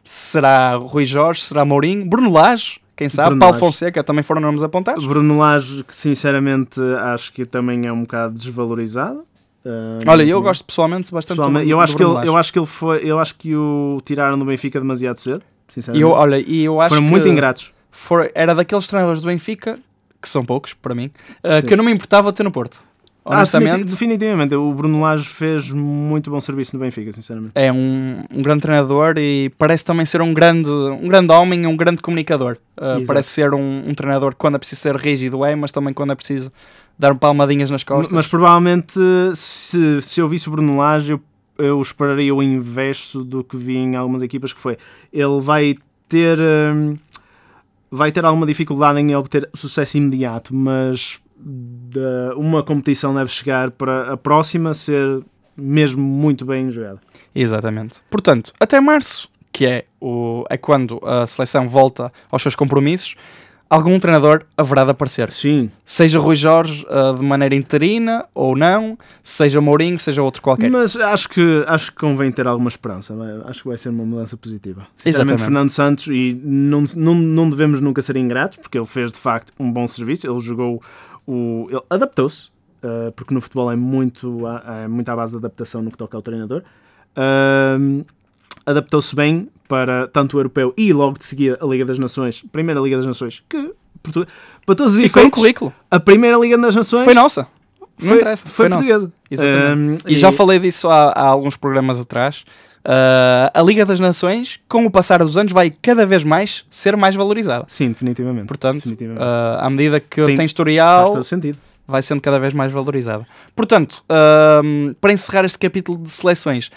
S3: será Rui Jorge, será Mourinho, Bruno Lage, quem sabe,
S1: Bruno
S3: Paulo
S1: Lage.
S3: Fonseca também foram nomes apontados.
S1: Bruno Lage, que sinceramente acho que também é um bocado desvalorizado. Eh,
S3: Olha, eu gosto pessoalmente bastante
S1: pessoalmente.
S3: do,
S1: Eu
S3: do
S1: acho, que
S3: Bruno
S1: ele,
S3: Lage.
S1: eu acho que ele foi. Eu acho que o tiraram do Benfica demasiado cedo,
S3: E
S1: sinceramente.
S3: eu, olha, e eu acho
S1: Foram
S3: que
S1: muito ingratos.
S3: for- era daqueles treinadores do Benfica, que são poucos para mim, uh,
S1: Sim.
S3: que eu não me importava de ter no Porto.
S1: Ah, definitiv-
S3: Honestamente,
S1: definitivamente, o Bruno Lage fez muito bom serviço no Benfica, sinceramente.
S3: é um, um grande treinador e parece também ser um grande, um grande homem, um grande comunicador. Uh,
S1: Exato.
S3: parece ser um, um treinador que quando é preciso ser rígido é, mas também quando é preciso dar palmadinhas nas costas.
S1: Mas provavelmente, se, se eu visse o Bruno Lage, eu, eu esperaria o inverso do que vi em algumas equipas, que foi, ele vai ter, hum, vai ter alguma dificuldade em obter sucesso imediato, mas da- uma competição deve chegar para a próxima ser mesmo muito bem jogada.
S3: Exatamente. Portanto, até março, que é, o, é quando a seleção volta aos seus compromissos, algum treinador haverá de aparecer.
S1: Sim,
S3: Seja Rui Jorge ah, de maneira interina ou não, seja Mourinho, seja outro qualquer.
S1: mas acho que, acho que convém ter alguma esperança. vai- Acho que vai ser uma mudança positiva. Sinceramente,
S3: Exatamente.
S1: Fernando Santos, e não, não, não devemos nunca ser ingratos, porque ele fez de facto um bom serviço. Ele jogou, o, ele adaptou-se, eh, porque no futebol é muito, a- é muito à base de adaptação no que toca ao treinador. Ahm, adaptou-se bem para tanto o europeu e logo de seguida a Liga das Nações, Primeira Liga das Nações, que Portu- para todos os
S3: Ficou no
S1: efeitos,
S3: um currículo.
S1: a Primeira Liga das Nações
S3: Foi nossa. Não
S1: foi,
S3: interessa,
S1: foi
S3: foi nossa.
S1: portuguesa.
S3: Exatamente.
S1: Ahm,
S3: E, já falei disso há, há alguns programas atrás. Ah, a Liga das Nações, com o passar dos anos, vai cada vez mais ser mais valorizada.
S1: Sim, definitivamente.
S3: Portanto,
S1: definitivamente.
S3: ah, à medida que
S1: Tem-
S3: tem
S1: faz
S3: historial,
S1: todo sentido.
S3: vai sendo cada vez mais valorizada. Portanto, hum, para encerrar este capítulo de seleções,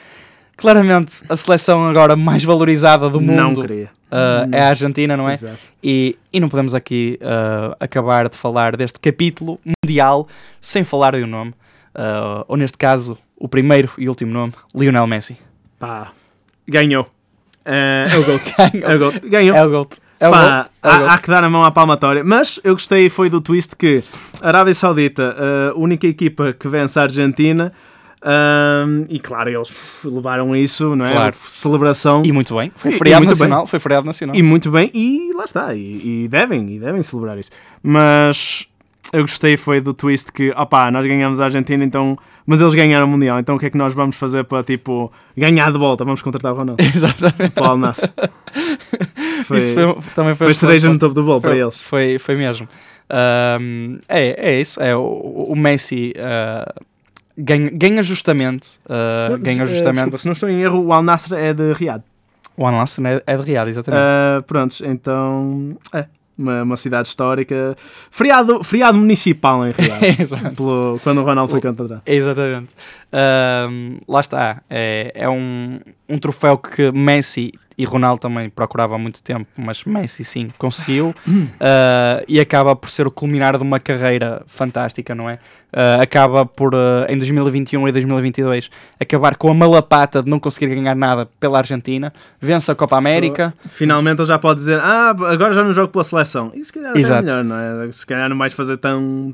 S3: claramente a seleção agora mais valorizada do
S1: Não
S3: mundo
S1: queria.
S3: uh, é a Argentina, não é?
S1: Exato.
S3: E, e não podemos aqui uh, acabar de falar deste capítulo mundial sem falar do nome, uh, ou neste caso, o primeiro e último nome, Lionel Messi.
S1: Pá, ganhou. Ah, é o GOAT.
S3: Ganhou.
S1: É o GOAT. Ganhou.
S3: É o GOAT. É o
S1: Pá,
S3: GOAT. É o
S1: há, há
S3: GOAT.
S1: que dar a mão à palmatória. Mas eu gostei foi do twist que a Arábia Saudita, a única equipa que vence a Argentina, ahm, e claro, eles pff, levaram isso, não é?
S3: Claro.
S1: Celebração.
S3: E muito bem. Foi
S1: E- e
S3: feriado
S1: muito
S3: nacional. Foi feriado nacional.
S1: E muito bem, e lá está, e, e devem, e devem celebrar isso. Mas eu gostei foi do twist que, opá, nós ganhamos a Argentina, então, mas eles ganharam o Mundial, então o que é que nós vamos fazer para, tipo, ganhar de volta? Vamos contratar o Ronaldo,
S3: Exatamente.
S1: para o Al Nassr. Foi,
S3: Isso foi,
S1: foi,
S3: um- também foi,
S1: foi cereja no
S3: bastante-
S1: topo do bolo para
S3: Foi- um-
S1: eles.
S3: Foi, foi mesmo. Ahm, é, é isso. É, o, o Messi ah, ganha, ganha justamente. ah,
S1: Se não-
S3: ganha
S1: eh,
S3: justamente.
S1: desculpa, se não estou em erro, o Al Nassr é de Riad.
S3: o One Last é, é de Riad, exatamente.
S1: Ah, prontos, então, é, uma, uma cidade histórica. Feriado, feriado municipal em Riad,
S3: Exato.
S1: pelo- quando o Ronaldo foi contratado.
S3: Exatamente. Ahm, lá está. É, é um, um troféu que Messi e Ronaldo também procuravam há muito tempo, mas Messi sim conseguiu
S1: Hum.
S3: Ah, e acaba por ser o culminar de uma carreira fantástica, não é? Ah, acaba por ah, em 2021 e 2022 acabar com a malapata de não conseguir ganhar nada pela Argentina, vence a Copa América.
S1: Finalmente ele já pode dizer, ah, agora já não jogo pela seleção. E se calhar até é
S3: Exato.
S1: melhor, não é? Se calhar não vais fazer tão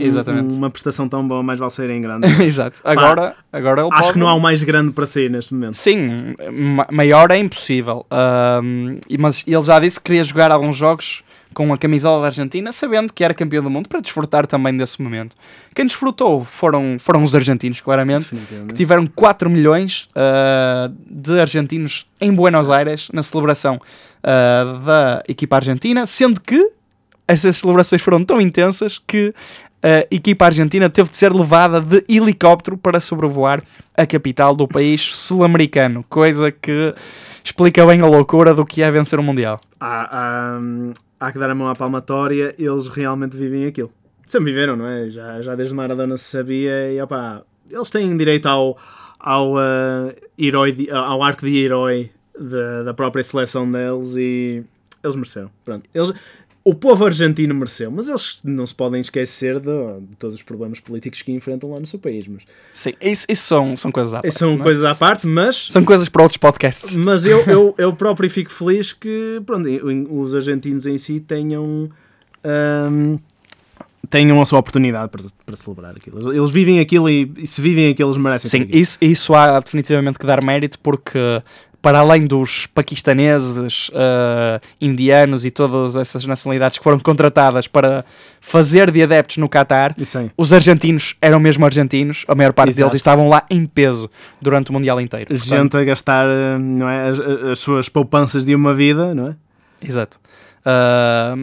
S3: Exatamente.
S1: uma prestação tão boa, mais vale ser em grande.
S3: Exato. Agora, agora é ele
S1: Acho
S3: pode-
S1: que não há um o mais grande para sair neste momento.
S3: Sim, ma- maior é impossível. Ahm, e- mas ele já disse que queria jogar alguns jogos com a camisola da Argentina, sabendo que era campeão do mundo, para desfrutar também desse momento. Quem desfrutou foram, foram os argentinos, claramente, que
S1: Definitivamente.
S3: tiveram 4 milhões ah, de argentinos em Buenos Aires na celebração ah, da equipa argentina, sendo que essas celebrações foram tão intensas que a equipa argentina teve de ser levada de helicóptero para sobrevoar a capital do país sul-americano, coisa que explica bem a loucura do que é vencer o Mundial.
S1: Há, há, hum, há que dar a mão à palmatória, eles realmente vivem aquilo. Sempre viveram, não é? Já, já desde Maradona se sabia e opá, eles têm direito ao, ao, ah, herói de- ao arco de herói da, da própria seleção deles e eles mereceram. Pronto. Eles, o povo argentino mereceu, mas eles não se podem esquecer de, de todos os problemas políticos que enfrentam lá no seu país. Mas,
S3: Sim, isso, isso são, são coisas à parte,
S1: são
S3: não é?
S1: coisas à parte, mas
S3: São coisas para outros podcasts.
S1: mas eu, eu, eu próprio fico feliz que pronto, em- os argentinos em si tenham, ahm, tenham a sua oportunidade para, para celebrar aquilo. Eles- Eles vivem aquilo e, e se vivem aquilo, eles merecem.
S3: Sim,
S1: tudo aquilo.
S3: isso, isso há definitivamente que dar mérito, porque para além dos paquistaneses, eh, indianos e todas essas nacionalidades que foram contratadas para fazer de adeptos no Qatar,
S1: E sim.
S3: os argentinos eram mesmo argentinos, a maior parte
S1: Exato.
S3: deles estavam lá em peso durante o Mundial inteiro. Portanto,
S1: Gente a gastar ahm, não é, as, as suas poupanças de uma vida, não é?
S3: Exato. Ah,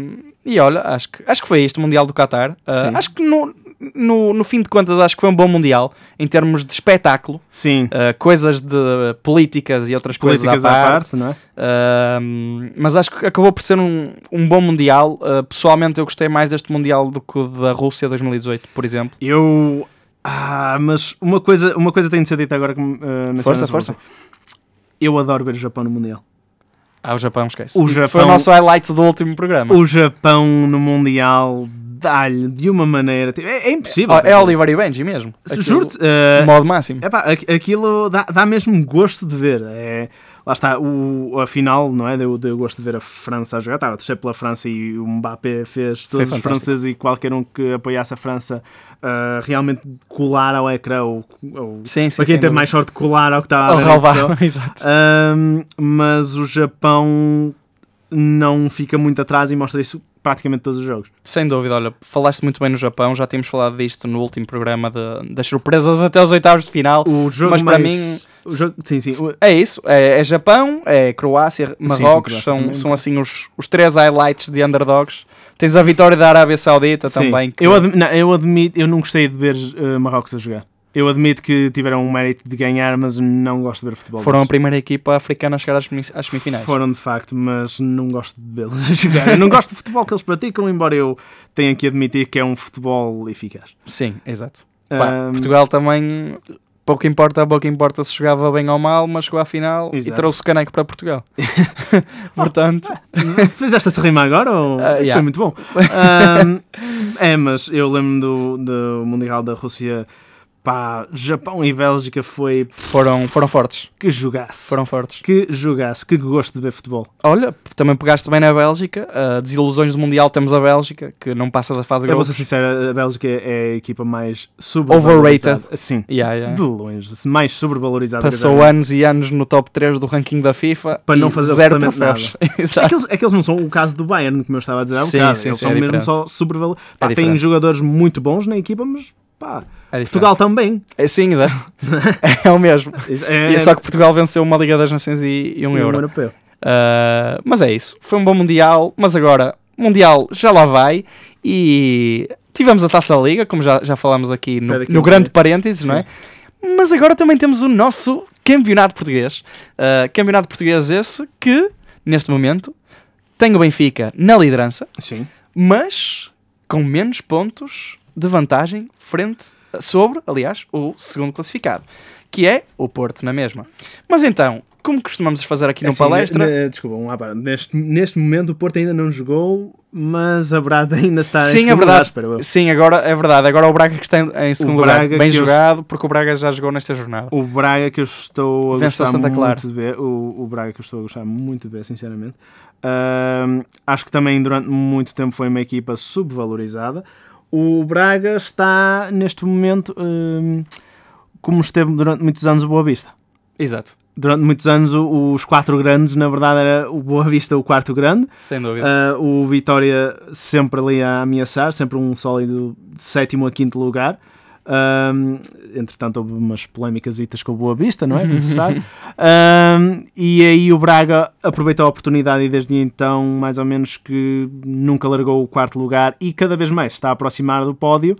S3: e olha, acho que, acho que foi isto, o Mundial do Qatar. Ah,
S1: Sim.
S3: acho que no, no, no fim de contas, acho que foi um bom Mundial em termos de espetáculo,
S1: Sim,
S3: ah, coisas de políticas e outras
S1: políticas
S3: coisas à parte.
S1: não é?
S3: Ah, mas acho que acabou por ser um, um bom Mundial. Ah, pessoalmente, eu gostei mais deste Mundial do que o da Rússia 2018, por exemplo.
S1: Eu. Ah, mas uma coisa, uma coisa tem de ser dita agora que ah, mencionas
S3: Força,
S1: o
S3: força.
S1: Brasil. Eu adoro ver o Japão no Mundial.
S3: Ah, o Japão, esquece. Foi
S1: O
S3: o
S1: Japão
S3: nosso highlight do último programa.
S1: O Japão no Mundial dá-lhe de uma maneira. tipo, É, é impossível.
S3: Oh, é Oliver e Benji mesmo.
S1: Se-
S3: Aquilo,
S1: Juro-te.
S3: o
S1: eh,
S3: modo máximo.
S1: epá, aqu- aquilo dá, dá mesmo gosto de ver. É, lá está, o, a final, não é? Deu, deu gosto de ver a França a jogar. Estava a torcer pela França e o Mbappé fez todos os
S3: fantástico.
S1: franceses e qualquer um que apoiasse a França eh, realmente colar ao ecrã. Ou, ou-
S3: Sim, sim.
S1: para quem
S3: sem
S1: teve
S3: dúvida.
S1: mais então. sorte, colar ao que estava
S3: Ao
S1: a ver. a
S3: relvado,
S1: pessoa.
S3: exato.
S1: Ahm, mas o Japão não fica muito atrás e mostra isso praticamente todos os jogos.
S3: Sem dúvida, olha, falaste muito bem no Japão, já tínhamos falado disto no último programa de- das surpresas até os oitavos de final.
S1: O jogo
S3: Mas para
S1: mais-
S3: mim-
S1: o jogo- sim, sim. O-
S3: É isso, é, é Japão, é Croácia,
S1: sim,
S3: Marrocos,
S1: Croácia
S3: são,
S1: também.
S3: são assim os, os três highlights de underdogs. Tens a vitória da Arábia Saudita
S1: sim.
S3: também. que-
S1: Eu, admi- não, eu admito, eu não gostei de ver eh, Marrocos a jogar. Eu admito que tiveram um mérito de ganhar, mas não gosto de ver futebol.
S3: Foram a
S1: deles.
S3: primeira equipa africana a chegar às, semi- às semifinais.
S1: Foram de facto, mas não gosto de vê-los a jogar. Eu não gosto de futebol que eles praticam, embora eu tenha que admitir que é um futebol eficaz.
S3: Sim, exato. Pá,
S1: Ahm,
S3: Portugal também, pouco importa, pouco importa se jogava bem ou mal, mas chegou à final e
S1: Exato.
S3: trouxe o caneco para Portugal. Portanto,
S1: Fizeste essa rima agora? Ou...
S3: Ah, yeah.
S1: Foi muito bom. Ahm, é, mas eu lembro do, do Mundial da Rússia. Pá, Japão e Bélgica foi
S3: foram, foram fortes.
S1: que jogasse.
S3: Foram fortes.
S1: Que jogasse, que gosto de ver futebol.
S3: Olha, também pegaste bem na Bélgica. ah, desilusões do Mundial temos a Bélgica, que não passa da fase
S1: Eu vou
S3: grossa.
S1: ser sincero, a Bélgica é a equipa mais
S3: Overrated.
S1: sobrevalorizada. Sim,
S3: Yeah, yeah.
S1: de longe. Mais sobrevalorizada. que eu já
S3: Passou
S1: vi.
S3: anos e anos no top 3 do ranking da FIFA
S1: Para
S3: e
S1: não fazer
S3: zero
S1: absolutamente
S3: troféus.
S1: É
S3: Exato.
S1: que, eles, é que eles não são o caso do Bayern, como eu estava a dizer há um
S3: Sim,
S1: bocado.
S3: sim,
S1: eles
S3: sim,
S1: são
S3: é
S1: mesmo
S3: diferente. É
S1: só sobrevalorizados. Pá, têm
S3: diferente.
S1: jogadores muito bons na equipa, mas pá,
S3: É diferente.
S1: Portugal também.
S3: É, sim, exato. é o mesmo.
S1: É,
S3: E é só que Portugal venceu uma Liga das Nações e, e um
S1: é
S3: Euro.
S1: europeu.
S3: Ah, mas é isso. Foi um bom Mundial, mas agora, Mundial já lá vai e tivemos a Taça da Liga, como já, já falámos aqui no,
S1: Até daqui a
S3: no
S1: uns
S3: grande
S1: minutos.
S3: parênteses, não é? Mas agora também temos o nosso Campeonato Português. Ah, campeonato Português esse que, neste momento, tem o Benfica na liderança,
S1: Sim.
S3: mas com menos pontos de vantagem frente sobre, aliás, o segundo classificado, que é o Porto na mesma. Mas então, como costumamos fazer aqui no
S1: Assim,
S3: palestra,
S1: ne- ne- desculpa, um à parte. neste, neste momento o Porto ainda não jogou, mas a Brada ainda está em
S3: Sim, é
S1: segundo lugar,
S3: verdade.
S1: espero eu.
S3: Sim, agora é verdade. Agora o Braga que está em, em segundo lugar,
S1: né? Braga
S3: bem
S1: que eu-
S3: jogado, porque o Braga já jogou nesta jornada.
S1: O Braga que eu estou a
S3: Venceu
S1: gostar
S3: Santa
S1: muito
S3: Clara.
S1: de ver, o, o Braga que eu estou a gostar muito de ver, sinceramente. Ahm, acho que também durante muito tempo foi uma equipa subvalorizada. O Braga está, neste momento, hum, como esteve durante muitos anos o Boa Vista.
S3: Exato,
S1: Durante muitos anos, o- os quatro grandes, na verdade, era o Boa Vista o quarto grande.
S3: sem dúvida.
S1: Ah, o Vitória sempre ali a ameaçar, sempre um sólido de sétimo a quinto lugar. Ahm, entretanto, houve umas polémicas com o Boa Vista, não é? Como se sabe. Ahm, e aí o Braga aproveitou a oportunidade e desde então, mais ou menos, que nunca largou o quarto lugar e cada vez mais está a aproximar do pódio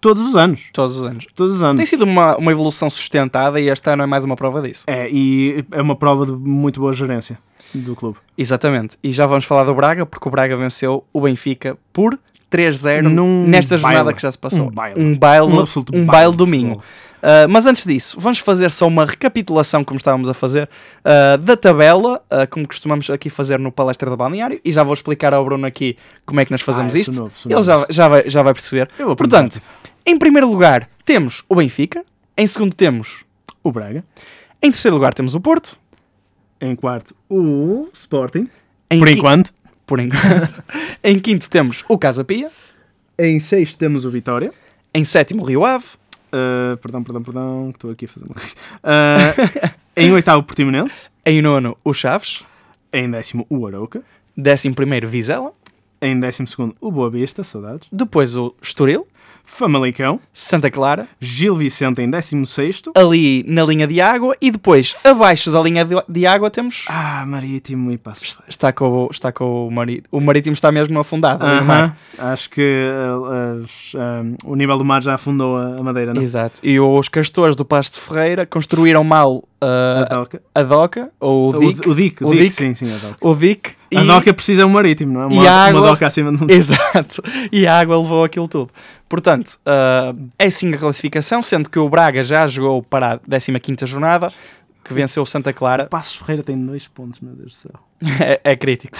S1: todos os anos.
S3: Todos os anos.
S1: Todos os anos.
S3: Tem sido uma, uma evolução sustentada e este ano é mais uma prova disso.
S1: É, e é uma prova de muito boa gerência do clube.
S3: Exatamente. E já vamos falar do Braga, porque o Braga venceu o Benfica por 3-0
S1: Num
S3: nesta jornada
S1: baile.
S3: que já se passou.
S1: Um baile.
S3: Um baile,
S1: Um absoluto
S3: um
S1: baile
S3: baile
S1: de
S3: domingo.
S1: futebol.
S3: Uh, mas antes disso, vamos fazer só uma recapitulação, como estávamos a fazer, uh, da tabela, uh, como costumamos aqui fazer no Palestra do Balneário, e já vou explicar ao Bruno aqui como é que nós fazemos
S1: Ah, é,
S3: isto.
S1: sou novo, sou
S3: Ele
S1: novo.
S3: já, já, vai, já vai perceber.
S1: Eu vou
S3: Portanto, em primeiro lugar temos o Benfica, em segundo temos,
S1: O Braga.
S3: em terceiro lugar temos o Porto,
S1: Em quarto, o Sporting.
S3: em
S1: Por
S3: qui-
S1: enquanto.
S3: por enquanto. em quinto temos o Casa Pia.
S1: Em sexto temos o Vitória.
S3: Em sétimo, Rio Ave.
S1: Ah, perdão, perdão, perdão, estou aqui a fazer uma coisa. Ah, em oitavo, Portimonense.
S3: Em nono, o Chaves.
S1: Em décimo, o Arauca.
S3: Décimo primeiro, Vizela.
S1: Em décimo segundo, o Boa Vista, saudades.
S3: Depois o Estoril.
S1: Famalicão.
S3: Santa Clara.
S1: Gil Vicente em décimo sexto.
S3: Ali na linha de água. E depois, abaixo da linha de, de água, temos... Ah,
S1: Ah, Marítimo e Passos Ferreira.
S3: Está com, o- está com o marítimo. O marítimo está mesmo afundado. ali no mar.
S1: Aham, Acho que ah, as, ah, o nível do mar já afundou a a madeira, não? é?
S3: Exato. E os castores do Pasto de Ferreira construíram mal
S1: A
S3: ah,
S1: doca. Ah,
S3: a doca, ou o
S1: O Dick.
S3: dique.
S1: O Dick,
S3: O Dick.
S1: sim, sim, a doca.
S3: O dique.
S1: Então, A
S3: e-
S1: doca precisa um marítimo, não é? Uma,
S3: e a
S1: uma
S3: água-
S1: doca acima de um...
S3: Exato. E a água levou aquilo tudo. Portanto, ah, é sim a classificação, sendo que o Braga já jogou para a 15ª jornada, que venceu o Santa Clara.
S1: Passos Ferreira tem dois pontos, meu Deus do céu.
S3: É, é crítico.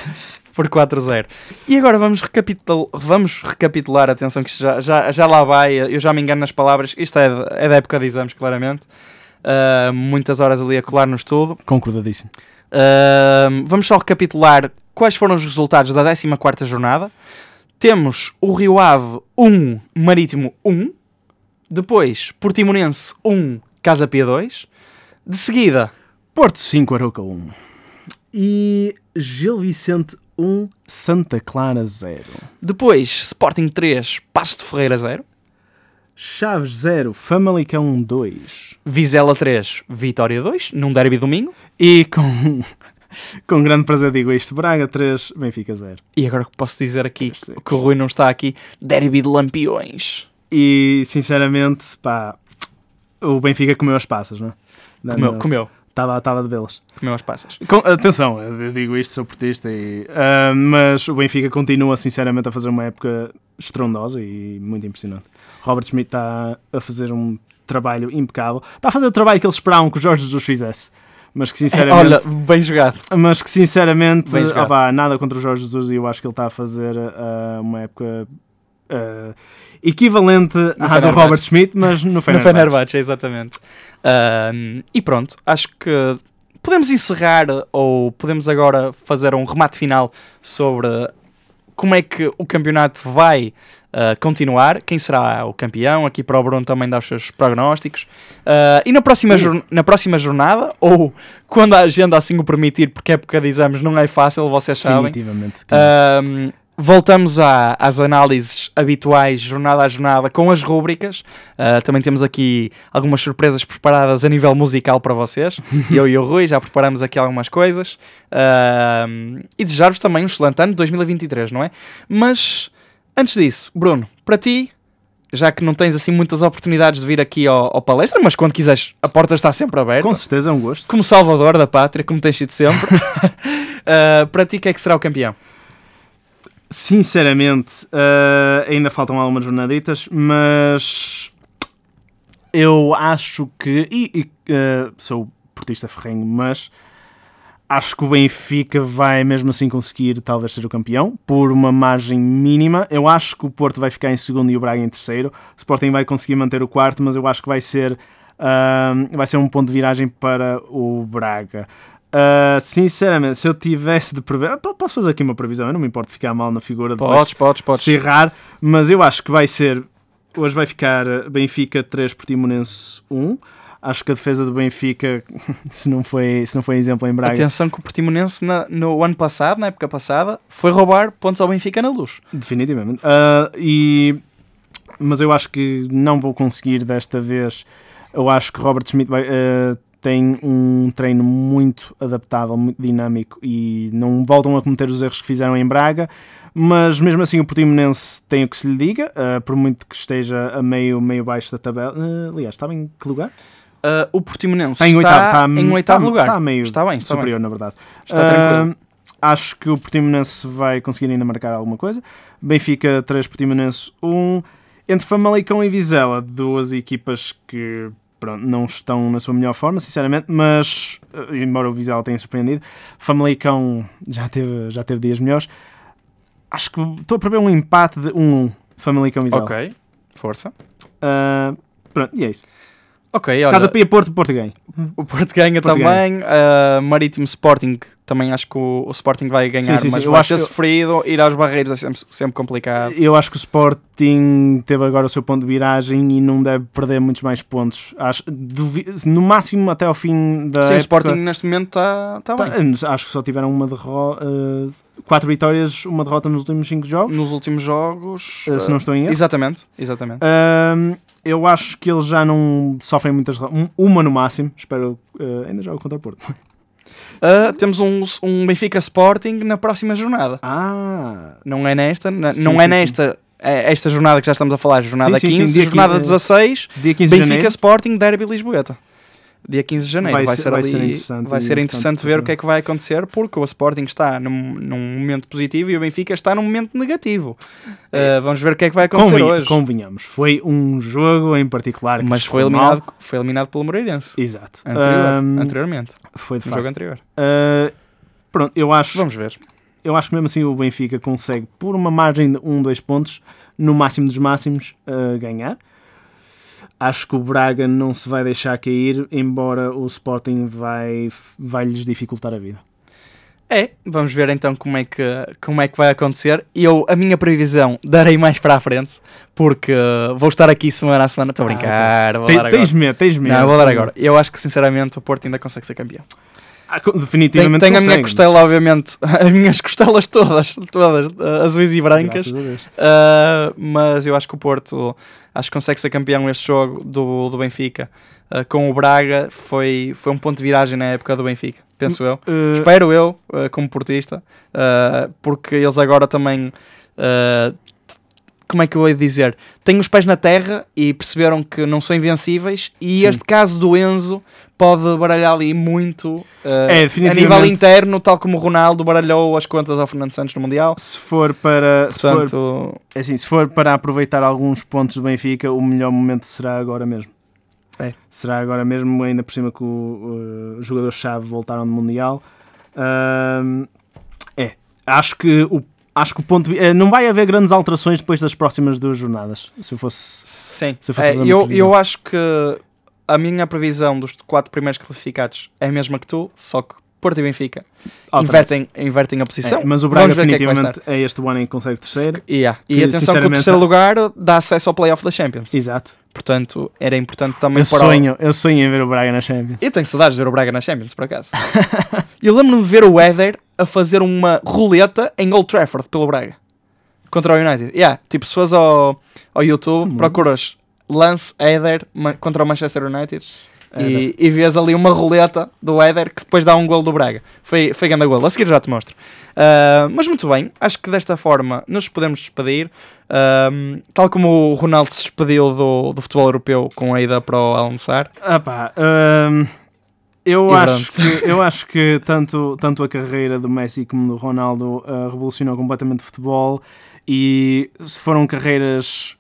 S3: Por 4-0. E agora vamos, recapitul vamos recapitular, atenção que isto já, já, já lá vai, eu já me engano nas palavras, isto é, da- é da época de exames, claramente. Ah, muitas horas ali a colar-nos tudo.
S1: Concordadíssimo.
S3: Ahm, vamos só recapitular quais foram os resultados da 14ª jornada. Temos o Rio Ave 1, Marítimo 1. Depois, Portimonense 1, Casa Pia 2. De seguida,
S1: Porto um. 5, Arauca 1. E Gil Vicente 1, Santa Clara 0.
S3: depois Sporting 3, Passo de Ferreira 0.
S1: Chaves 0, Famalicão um, 2.
S3: Vizela 3, Vitória 2, num derby domingo.
S1: E com, com grande prazer digo isto: Braga 3, Benfica 0.
S3: E agora o que posso dizer aqui,
S1: Três, seis.
S3: que o Rui não está aqui, derby de lampiões.
S1: E sinceramente, pá, o Benfica comeu as passas, não é?
S3: Comeu, comeu,
S1: Estava estava de belas.
S3: comeu as passas.
S1: Com- atenção, eu digo isto, sou portista, e, ah, mas o Benfica continua sinceramente a fazer uma época estrondosa e muito impressionante. Robert Smith está a fazer um trabalho impecável. Está a fazer o trabalho que eles esperavam que o Jorge Jesus fizesse. Mas que sinceramente,
S3: Olha, bem jogado.
S1: mas que, sinceramente
S3: Bem jogado.
S1: ah, pá, nada contra o Jorge Jesus e eu acho que ele está a fazer ah, uma época ah, equivalente à do
S3: Fenerbahçe.
S1: Robert Smith, mas no
S3: No
S1: Fenerbahçe.
S3: Fenerbahçe, exatamente. Ahm, e pronto, acho que podemos encerrar ou podemos agora fazer um remate final sobre como é que o campeonato vai ah, continuar, quem será o campeão, aqui para o Bruno também dar os seus prognósticos. Ah, e na próxima, jor- na próxima jornada, ou quando a agenda assim o permitir, porque época de exames não é fácil, vocês sabem, Ah,
S1: Definitivamente. é.
S3: Ahm, voltamos à- às análises habituais, jornada a jornada, com as rúbricas. Ah, também temos aqui algumas surpresas preparadas a nível musical para vocês. Eu e o Rui já preparamos aqui algumas coisas. Ahm, e desejar-vos também um excelente ano de 2023, não é? Mas antes disso, Bruno, para ti. Já que não tens assim muitas oportunidades de vir aqui ao, ao palestra, mas quando quiseres, a porta está sempre aberta.
S1: Com certeza é um gosto.
S3: Como salvador da pátria, como tens sido sempre. Ah, para ti, quem é que será o campeão?
S1: Sinceramente, eh, ainda faltam algumas jornaditas, mas eu acho que. E, e, eh, sou portista ferrenho, mas acho que o Benfica vai mesmo assim conseguir talvez ser o campeão por uma margem mínima. Eu acho que o Porto vai ficar em segundo e o Braga em terceiro. O Sporting vai conseguir manter o ehm, quarto, mas eu acho que vai ser, ah, vai ser um ponto de viragem para o Braga. Ah, sinceramente, se eu tivesse de prever. Ah, p- Posso fazer aqui uma previsão, eu não me importo de ficar mal na figura depois
S3: Podes, podes, podes.
S1: se errar, mas eu acho que vai ser. Hoje vai ficar eh, Benfica 3, Portimonense 1. Acho que a defesa do Benfica, se não foi, se não foi exemplo em Braga,
S3: Atenção que o Portimonense na- no ano passado, na época passada, foi roubar pontos ao Benfica na luz.
S1: definitivamente. Ah, e, mas eu acho que não vou conseguir desta vez. Eu acho que Robert Schmidt vai, eh, tem um treino muito adaptável, muito dinâmico e não voltam a cometer os erros que fizeram em Braga. Mas mesmo assim, o Portimonense tem o que se lhe diga, eh, por muito que esteja a meio, meio baixo da tabela. Eh, aliás, estava em que lugar?
S3: Ah, o Portimonense está
S1: em oitavo, tá está
S3: em oitavo
S1: está-
S3: lugar.
S1: Está meio
S3: Está bem, está
S1: superior, na verdade.
S3: Está tranquilo.
S1: Ah, acho que o Portimonense vai conseguir ainda marcar alguma coisa. Benfica 3, Portimonense 1. Entre Famalicão e Vizela, duas equipas que pronto, não estão na sua melhor forma, sinceramente, mas eh, embora o Vizela tenha surpreendido, Famalicão já teve, já teve dias melhores. Acho que estou a prever um empate de 1-1. Famalicão e Vizela.
S3: Ok, força.
S1: Ah, pronto, e é isso.
S3: Ok, olha,
S1: Casa Pia Porto, Porto ganha.
S3: o Porto ganha
S1: Porto
S3: também, ah, Marítimo Sporting, também acho que o, o Sporting vai ganhar,
S1: sim,
S3: mas
S1: sim, eu
S3: vai
S1: acho
S3: ser
S1: que-
S3: sofrido, ir aos barreiros é sempre, sempre complicado.
S1: Eu acho que o Sporting teve agora o seu ponto de viragem e não deve perder muitos mais pontos. Acho, duvi- no máximo até ao fim da
S3: Sim, o
S1: época.
S3: Ah, Sporting neste momento está tá bem.
S1: Tá- acho que só tiveram uma derrota, quatro vitórias, uma derrota nos últimos cinco jogos,
S3: Nos últimos jogos... ah,
S1: eh, se não estou em erro.
S3: Exatamente, exatamente.
S1: Ahm, eu acho que eles já não sofrem muitas derro- um- uma no máximo. Espero eh, ainda jogo contra o Porto.
S3: Ah, temos um, um Benfica Sporting na próxima jornada.
S1: Ah,
S3: Não é nesta, na-
S1: Sim,
S3: não
S1: sim,
S3: é
S1: sim.
S3: nesta, é esta jornada que já estamos a falar, jornada
S1: Sim, sim, sim,
S3: 15,
S1: dia quin-
S3: jornada
S1: eh,
S3: 16,
S1: dia 15 de
S3: Benfica
S1: janeiro.
S3: Sporting, Derby Lisboeta. Dia 15 de janeiro.
S1: Vai
S3: Vai,
S1: ser-
S3: ser,
S1: vai
S3: ali-
S1: ser interessante
S3: vai
S1: e
S3: ser
S1: interessante
S3: interessante ver o que é que vai acontecer, porque o Sporting está num, num momento positivo e o Benfica está num momento negativo. Uh, vamos ver o que é que vai acontecer
S1: Convinha-
S3: hoje.
S1: Convenhamos, foi um jogo em particular que
S3: Mas
S1: correu
S3: foi
S1: mal.
S3: eliminado, foi eliminado pelo Moreirense.
S1: Exato.
S3: Anterior-
S1: Ahm,
S3: anteriormente.
S1: Foi de
S3: No
S1: facto.
S3: jogo anterior.
S1: Uh, pronto, eu acho,
S3: Vamos ver.
S1: eu acho que mesmo assim o Benfica consegue, por uma margem de 1, 2 pontos, no máximo dos máximos, uh, ganhar. Acho que o Braga não se vai deixar cair, embora o Sporting vai, vai lhes dificultar a vida.
S3: É, vamos ver então como é que, como é que vai acontecer. Eu, a minha previsão, darei mais para a frente, porque uh, vou estar aqui semana a semana. Estou a
S1: Ah,
S3: brincar, vou
S1: Tem-
S3: dar agora.
S1: tens medo, tens medo.
S3: Não, eu vou dar agora. Eu acho que sinceramente o Porto ainda consegue ser campeão.
S1: Ah, co-
S3: Tenho,
S1: definitivamente
S3: tenho a minha
S1: consegue.
S3: costela, obviamente, as minhas costelas todas, todas eh, azuis e brancas,
S1: Graças a Deus.
S3: Ah, mas eu acho que o Porto acho que consegue ser campeão este jogo do, do Benfica. Ah, com o Braga foi, foi um ponto de viragem na época do Benfica, penso eu.
S1: Uh,
S3: Espero eu, eh, como portista, eh, porque eles agora também. eh, t- como é que eu hei de dizer? Têm os pés na terra e perceberam que não são invencíveis. E
S1: Sim.
S3: este caso do Enzo pode baralhar ali muito eh,
S1: É,
S3: a nível
S1: definitivamente,
S3: interno, tal como o Ronaldo baralhou as contas ao Fernando Santos no Mundial.
S1: se for para... Se for,
S3: Portanto,
S1: é assim, se for para aproveitar alguns pontos do Benfica, o melhor momento será agora mesmo.
S3: É.
S1: Será agora mesmo, ainda por cima que o, uh, os jogadores-chave voltaram do Mundial. Ahm, é, acho que o, acho que o ponto. eh, não vai haver grandes alterações depois das próximas duas jornadas. Se eu fosse.
S3: sim.
S1: Se eu fosse
S3: Eh,
S1: fazer uma
S3: eu,
S1: previsão.
S3: eu acho que a minha previsão dos quatro primeiros classificados é a mesma que tu, só que Porto e Benfica
S1: alteração.
S3: invertem, invertem a
S1: É,
S3: posição.
S1: mas o Braga,
S3: Vamos ver o que é que vai
S1: definitivamente, é, este o ano em que consegue terceiro.
S3: Yeah.
S1: Que,
S3: E atenção que o
S1: sinceramente,
S3: terceiro lugar dá acesso ao playoff da Champions.
S1: Exato.
S3: Portanto, era importante também
S1: Eu
S3: pôr ao-
S1: sonho, eu sonho em ver o Braga na Champions.
S3: Eu tenho saudades de ver o Braga na Champions, por acaso. eu lembro-me de ver o Éder a fazer uma roleta em Old Trafford pelo Braga. Contra o United. Yeah. Tipo, se fores ao, ao YouTube,
S1: Nossa.
S3: procuras lance Éder ma- contra o Manchester United
S1: Éder.
S3: e, e vês ali uma roleta do Éder que depois dá um gol do Braga. Foi, foi grande gol. A seguir já te mostro. Ah, mas muito bem, acho que desta forma nos podemos despedir. Ahm, tal como o Ronaldo se despediu do, do futebol europeu com a ida para o Al-Nassr.
S1: Ah pá, hum, eu,
S3: E
S1: acho que, eu acho que tanto, tanto a carreira do Messi como do Ronaldo ah, revolucionou completamente o futebol e foram carreiras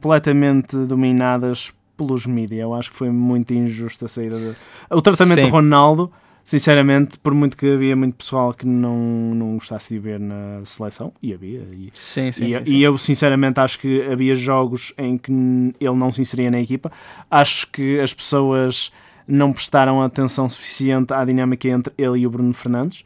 S1: completamente dominadas pelos mídia. Eu acho que foi muito injusto a saída de... O tratamento
S3: Sim.
S1: do Ronaldo, sinceramente, por muito que havia muito pessoal que não, não gostasse de ver na seleção, e havia, e
S3: Sim,
S1: e, e eu sinceramente acho que havia jogos em que n- ele não se inseria na equipa. Acho que as pessoas não prestaram atenção suficiente à dinâmica entre ele e o Bruno Fernandes.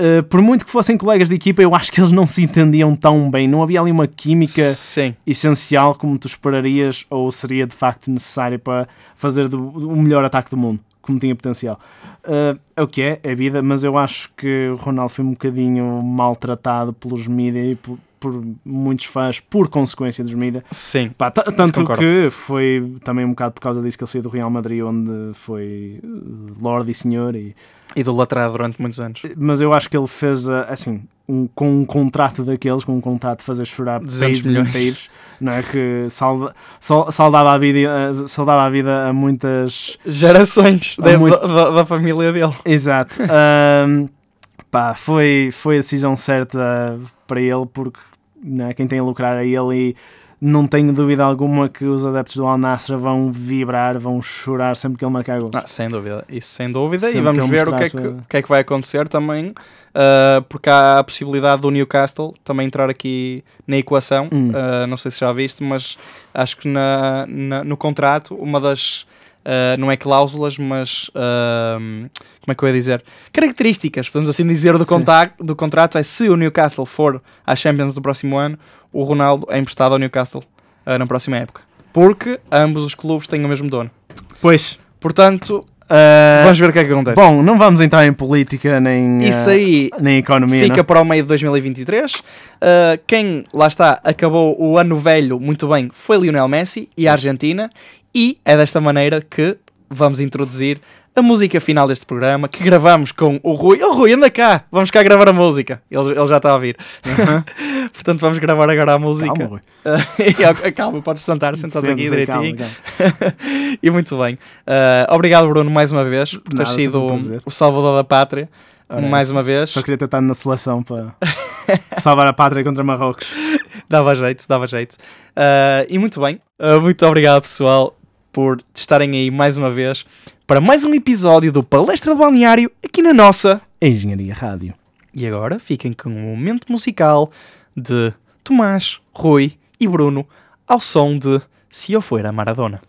S1: Uh, por muito que fossem colegas de equipa, eu acho que eles não se entendiam tão bem. Não havia ali uma química
S3: Sim.
S1: essencial como tu esperarias ou seria de facto necessária para fazer do- o melhor ataque do mundo, como tinha potencial. Uh, é o que é, é vida, mas eu acho que o Ronaldo foi um bocadinho maltratado pelos mídia e por, por muitos fãs, por consequência dos mídia.
S3: Sim.
S1: Pá, ta- tanto
S3: concordo.
S1: que foi também um bocado por causa disso que ele saiu do Real Madrid, onde foi uh, Lorde e Senhor e
S3: Idolatrado durante muitos anos.
S1: mas eu acho que ele fez ah, assim um- com um contrato daqueles, com um contrato de fazer chorar
S3: 200
S1: países
S3: milhões.
S1: inteiros, não é? Que salva, sal- saudava, a vida, ah, saudava a vida a muitas.
S3: Gerações
S1: Há
S3: da,
S1: muito-
S3: da- da- da família dele.
S1: Exato. Ahm, pá, foi, foi a decisão certa para ele, porque não é? quem tem a lucrar é ele e não tenho dúvida alguma que os adeptos do Al Nassr vão vibrar, vão chorar sempre que ele marcar gols.
S3: Ah, sem dúvida, isso sem dúvida.
S1: Sempre
S3: e
S1: que
S3: vamos
S1: ele
S3: ver o que, é
S1: mostrasse
S3: que,
S1: a-
S3: o que é que vai acontecer também, ah, porque há a possibilidade do Newcastle também entrar aqui na equação.
S1: Hum.
S3: Ah, não sei se já viste, mas acho que na, na- no contrato, uma das. ah, não é cláusulas, mas ah, como é que eu ia dizer? Características, podemos assim dizer, do,
S1: Sim.
S3: contac- do contrato é se o Newcastle for à Champions do próximo ano, o Ronaldo é emprestado ao Newcastle ah, na próxima época. Porque ambos os clubes têm o mesmo dono.
S1: Pois.
S3: Portanto,
S1: ah,
S3: Vamos ver o que é que acontece.
S1: bom, não vamos entrar em política nem,
S3: isso
S1: ah,
S3: aí
S1: nem economia. é?
S3: fica para o meio de 2023. Uh, quem, lá está, acabou o ano velho muito bem foi Lionel Messi e a Argentina. E é desta maneira que vamos introduzir a música final deste programa que gravamos com o Rui. Oh, Rui, anda cá, vamos cá gravar a música. Ele, ele já está a vir. Portanto, vamos gravar agora a música.
S1: Calma, Rui.
S3: Uh, calma, podes sentar,
S1: Então
S3: sentado aqui
S1: Sentes aí,
S3: direitinho.
S1: calma, tá calma.
S3: E muito bem. Ah, obrigado, Bruno, mais uma vez, por teres
S1: Nada, sempre
S3: sido
S1: um prazer.
S3: o salvador da pátria.
S1: Ora,
S3: mais
S1: só-
S3: uma vez.
S1: Só queria tentar na seleção para salvar a pátria contra Marrocos.
S3: Dava jeito, dava jeito. Ah, e muito bem. Ah, muito obrigado, pessoal, por estarem aí mais uma vez para mais um episódio do Palestra do Balneário aqui na nossa.
S1: Engenharia Rádio.
S3: E agora fiquem com um momento musical de Tomás, Rui e Bruno ao som de Se Eu For a Maradona.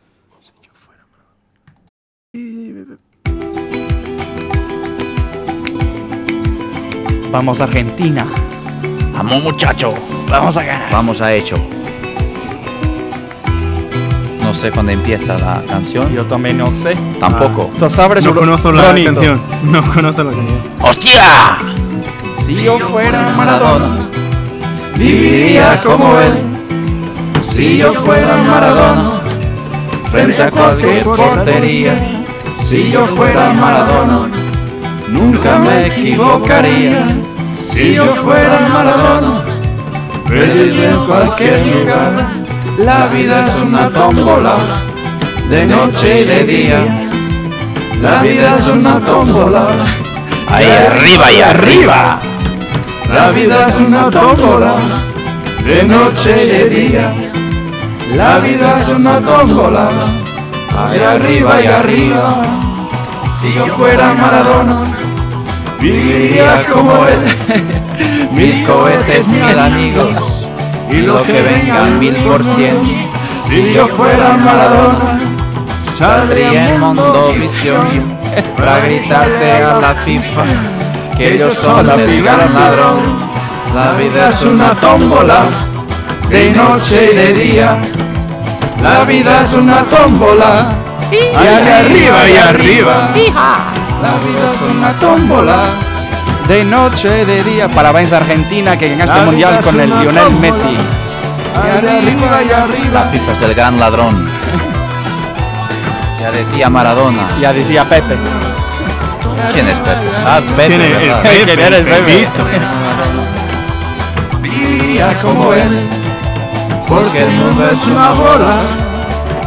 S3: Vamos Argentina.
S2: Vamos, muchacho.
S3: Vamos a ganar.
S2: Vamos a hecho. No sé cuándo empieza la canción.
S3: Eu também não sei.
S2: Tampoco.
S3: Tu sabes,
S1: Não
S3: Bru-
S1: conheço então. a
S3: Brunito?
S1: canção. Não conheço a canção.
S2: ¡Hostia!
S3: Si yo fuera Maradona, viviría como él. Si yo fuera Maradona, frente a cualquier portería. Si yo fuera Maradona, nunca me equivocaría. Si yo fuera Maradona, perdido en cualquier lugar. La vida es una tómbola, de noche y de día. La vida es una tómbola,
S2: Ahí arriba y arriba.
S3: la vida es una tómbola, de noche y de día. La vida es una tómbola, ahí arriba y arriba. Si yo fuera Maradona, viviría como él.
S2: Mil cohetes, mil amigos. Y lo que venga mil por cien.
S3: Si yo fuera Maradona,
S2: Saldría en Mondovisión para gritarte a la FIFA que ellos son el gran ladrón. La vida es una tómbola.
S3: de noche y de día. La vida es una tómbola, y arriba y arriba. La vida es una tómbola. De noche y de día. Parabéns Argentina que ganaste el mundial con el Lionel Messi. Y arriba y
S2: La
S3: arriba.
S2: FIFA es el gran ladrón. Ya decía Maradona.
S3: Ya decía Pepe.
S2: ¿Quién es Pepe? Ah, Pepe.
S1: Quem
S2: ¿verdad?
S1: é?
S3: ¿Quién eres, Pepe? Viviría como él,
S2: Porque el mundo es una bola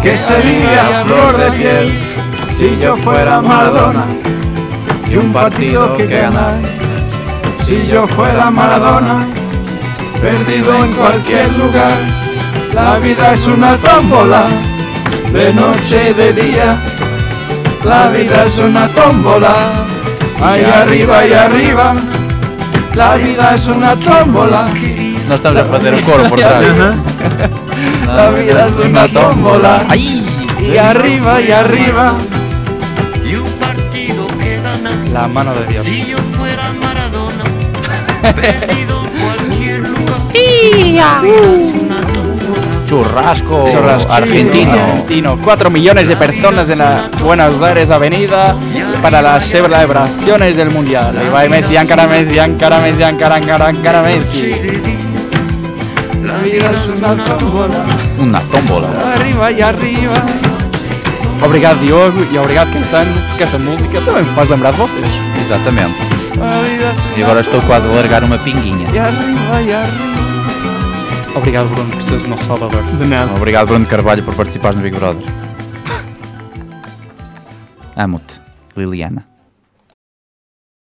S3: que sería flor de piel.
S2: si yo fuera Maradona y un partido que ganar. Si yo fuera Maradona, perdido en cualquier lugar. La vida es una tómbola, de noche y de día. La vida es una tómbola, ahí arriba y arriba. La vida es una tómbola. No estamos a hacer un coro por La vida es una tómbola. Y arriba y arriba.
S3: La mano de Dios.
S4: Si yo fuera Maradona, perdido en cualquier lugar, harías una temporada.
S2: Churrasco,
S3: Churrasco.
S2: argentino.
S3: Argentino. 4 millones de personas en la Buenos Aires Avenida para las celebraciones del Mundial. Ahí va Messi, Ankara Messi, Ankara Messi, Ankara, Ankara, Ankara Messi.
S4: Chiriri. La vida es una tómbola.
S2: Una tómbola.
S3: Arriba e arriba. Obrigado, Diogo, e obrigado, Caetano, porque esta música também me faz lembrar de vocês.
S2: Exatamente.
S3: A vida se
S2: E agora estou quase a largar uma pinguinha.
S3: E arriba, e arriba. Obrigado, Bruno, por seres o nosso salvador.
S1: De nada.
S2: Obrigado, Bruno Carvalho, por participares no Big Brother. Amo-te, Liliana.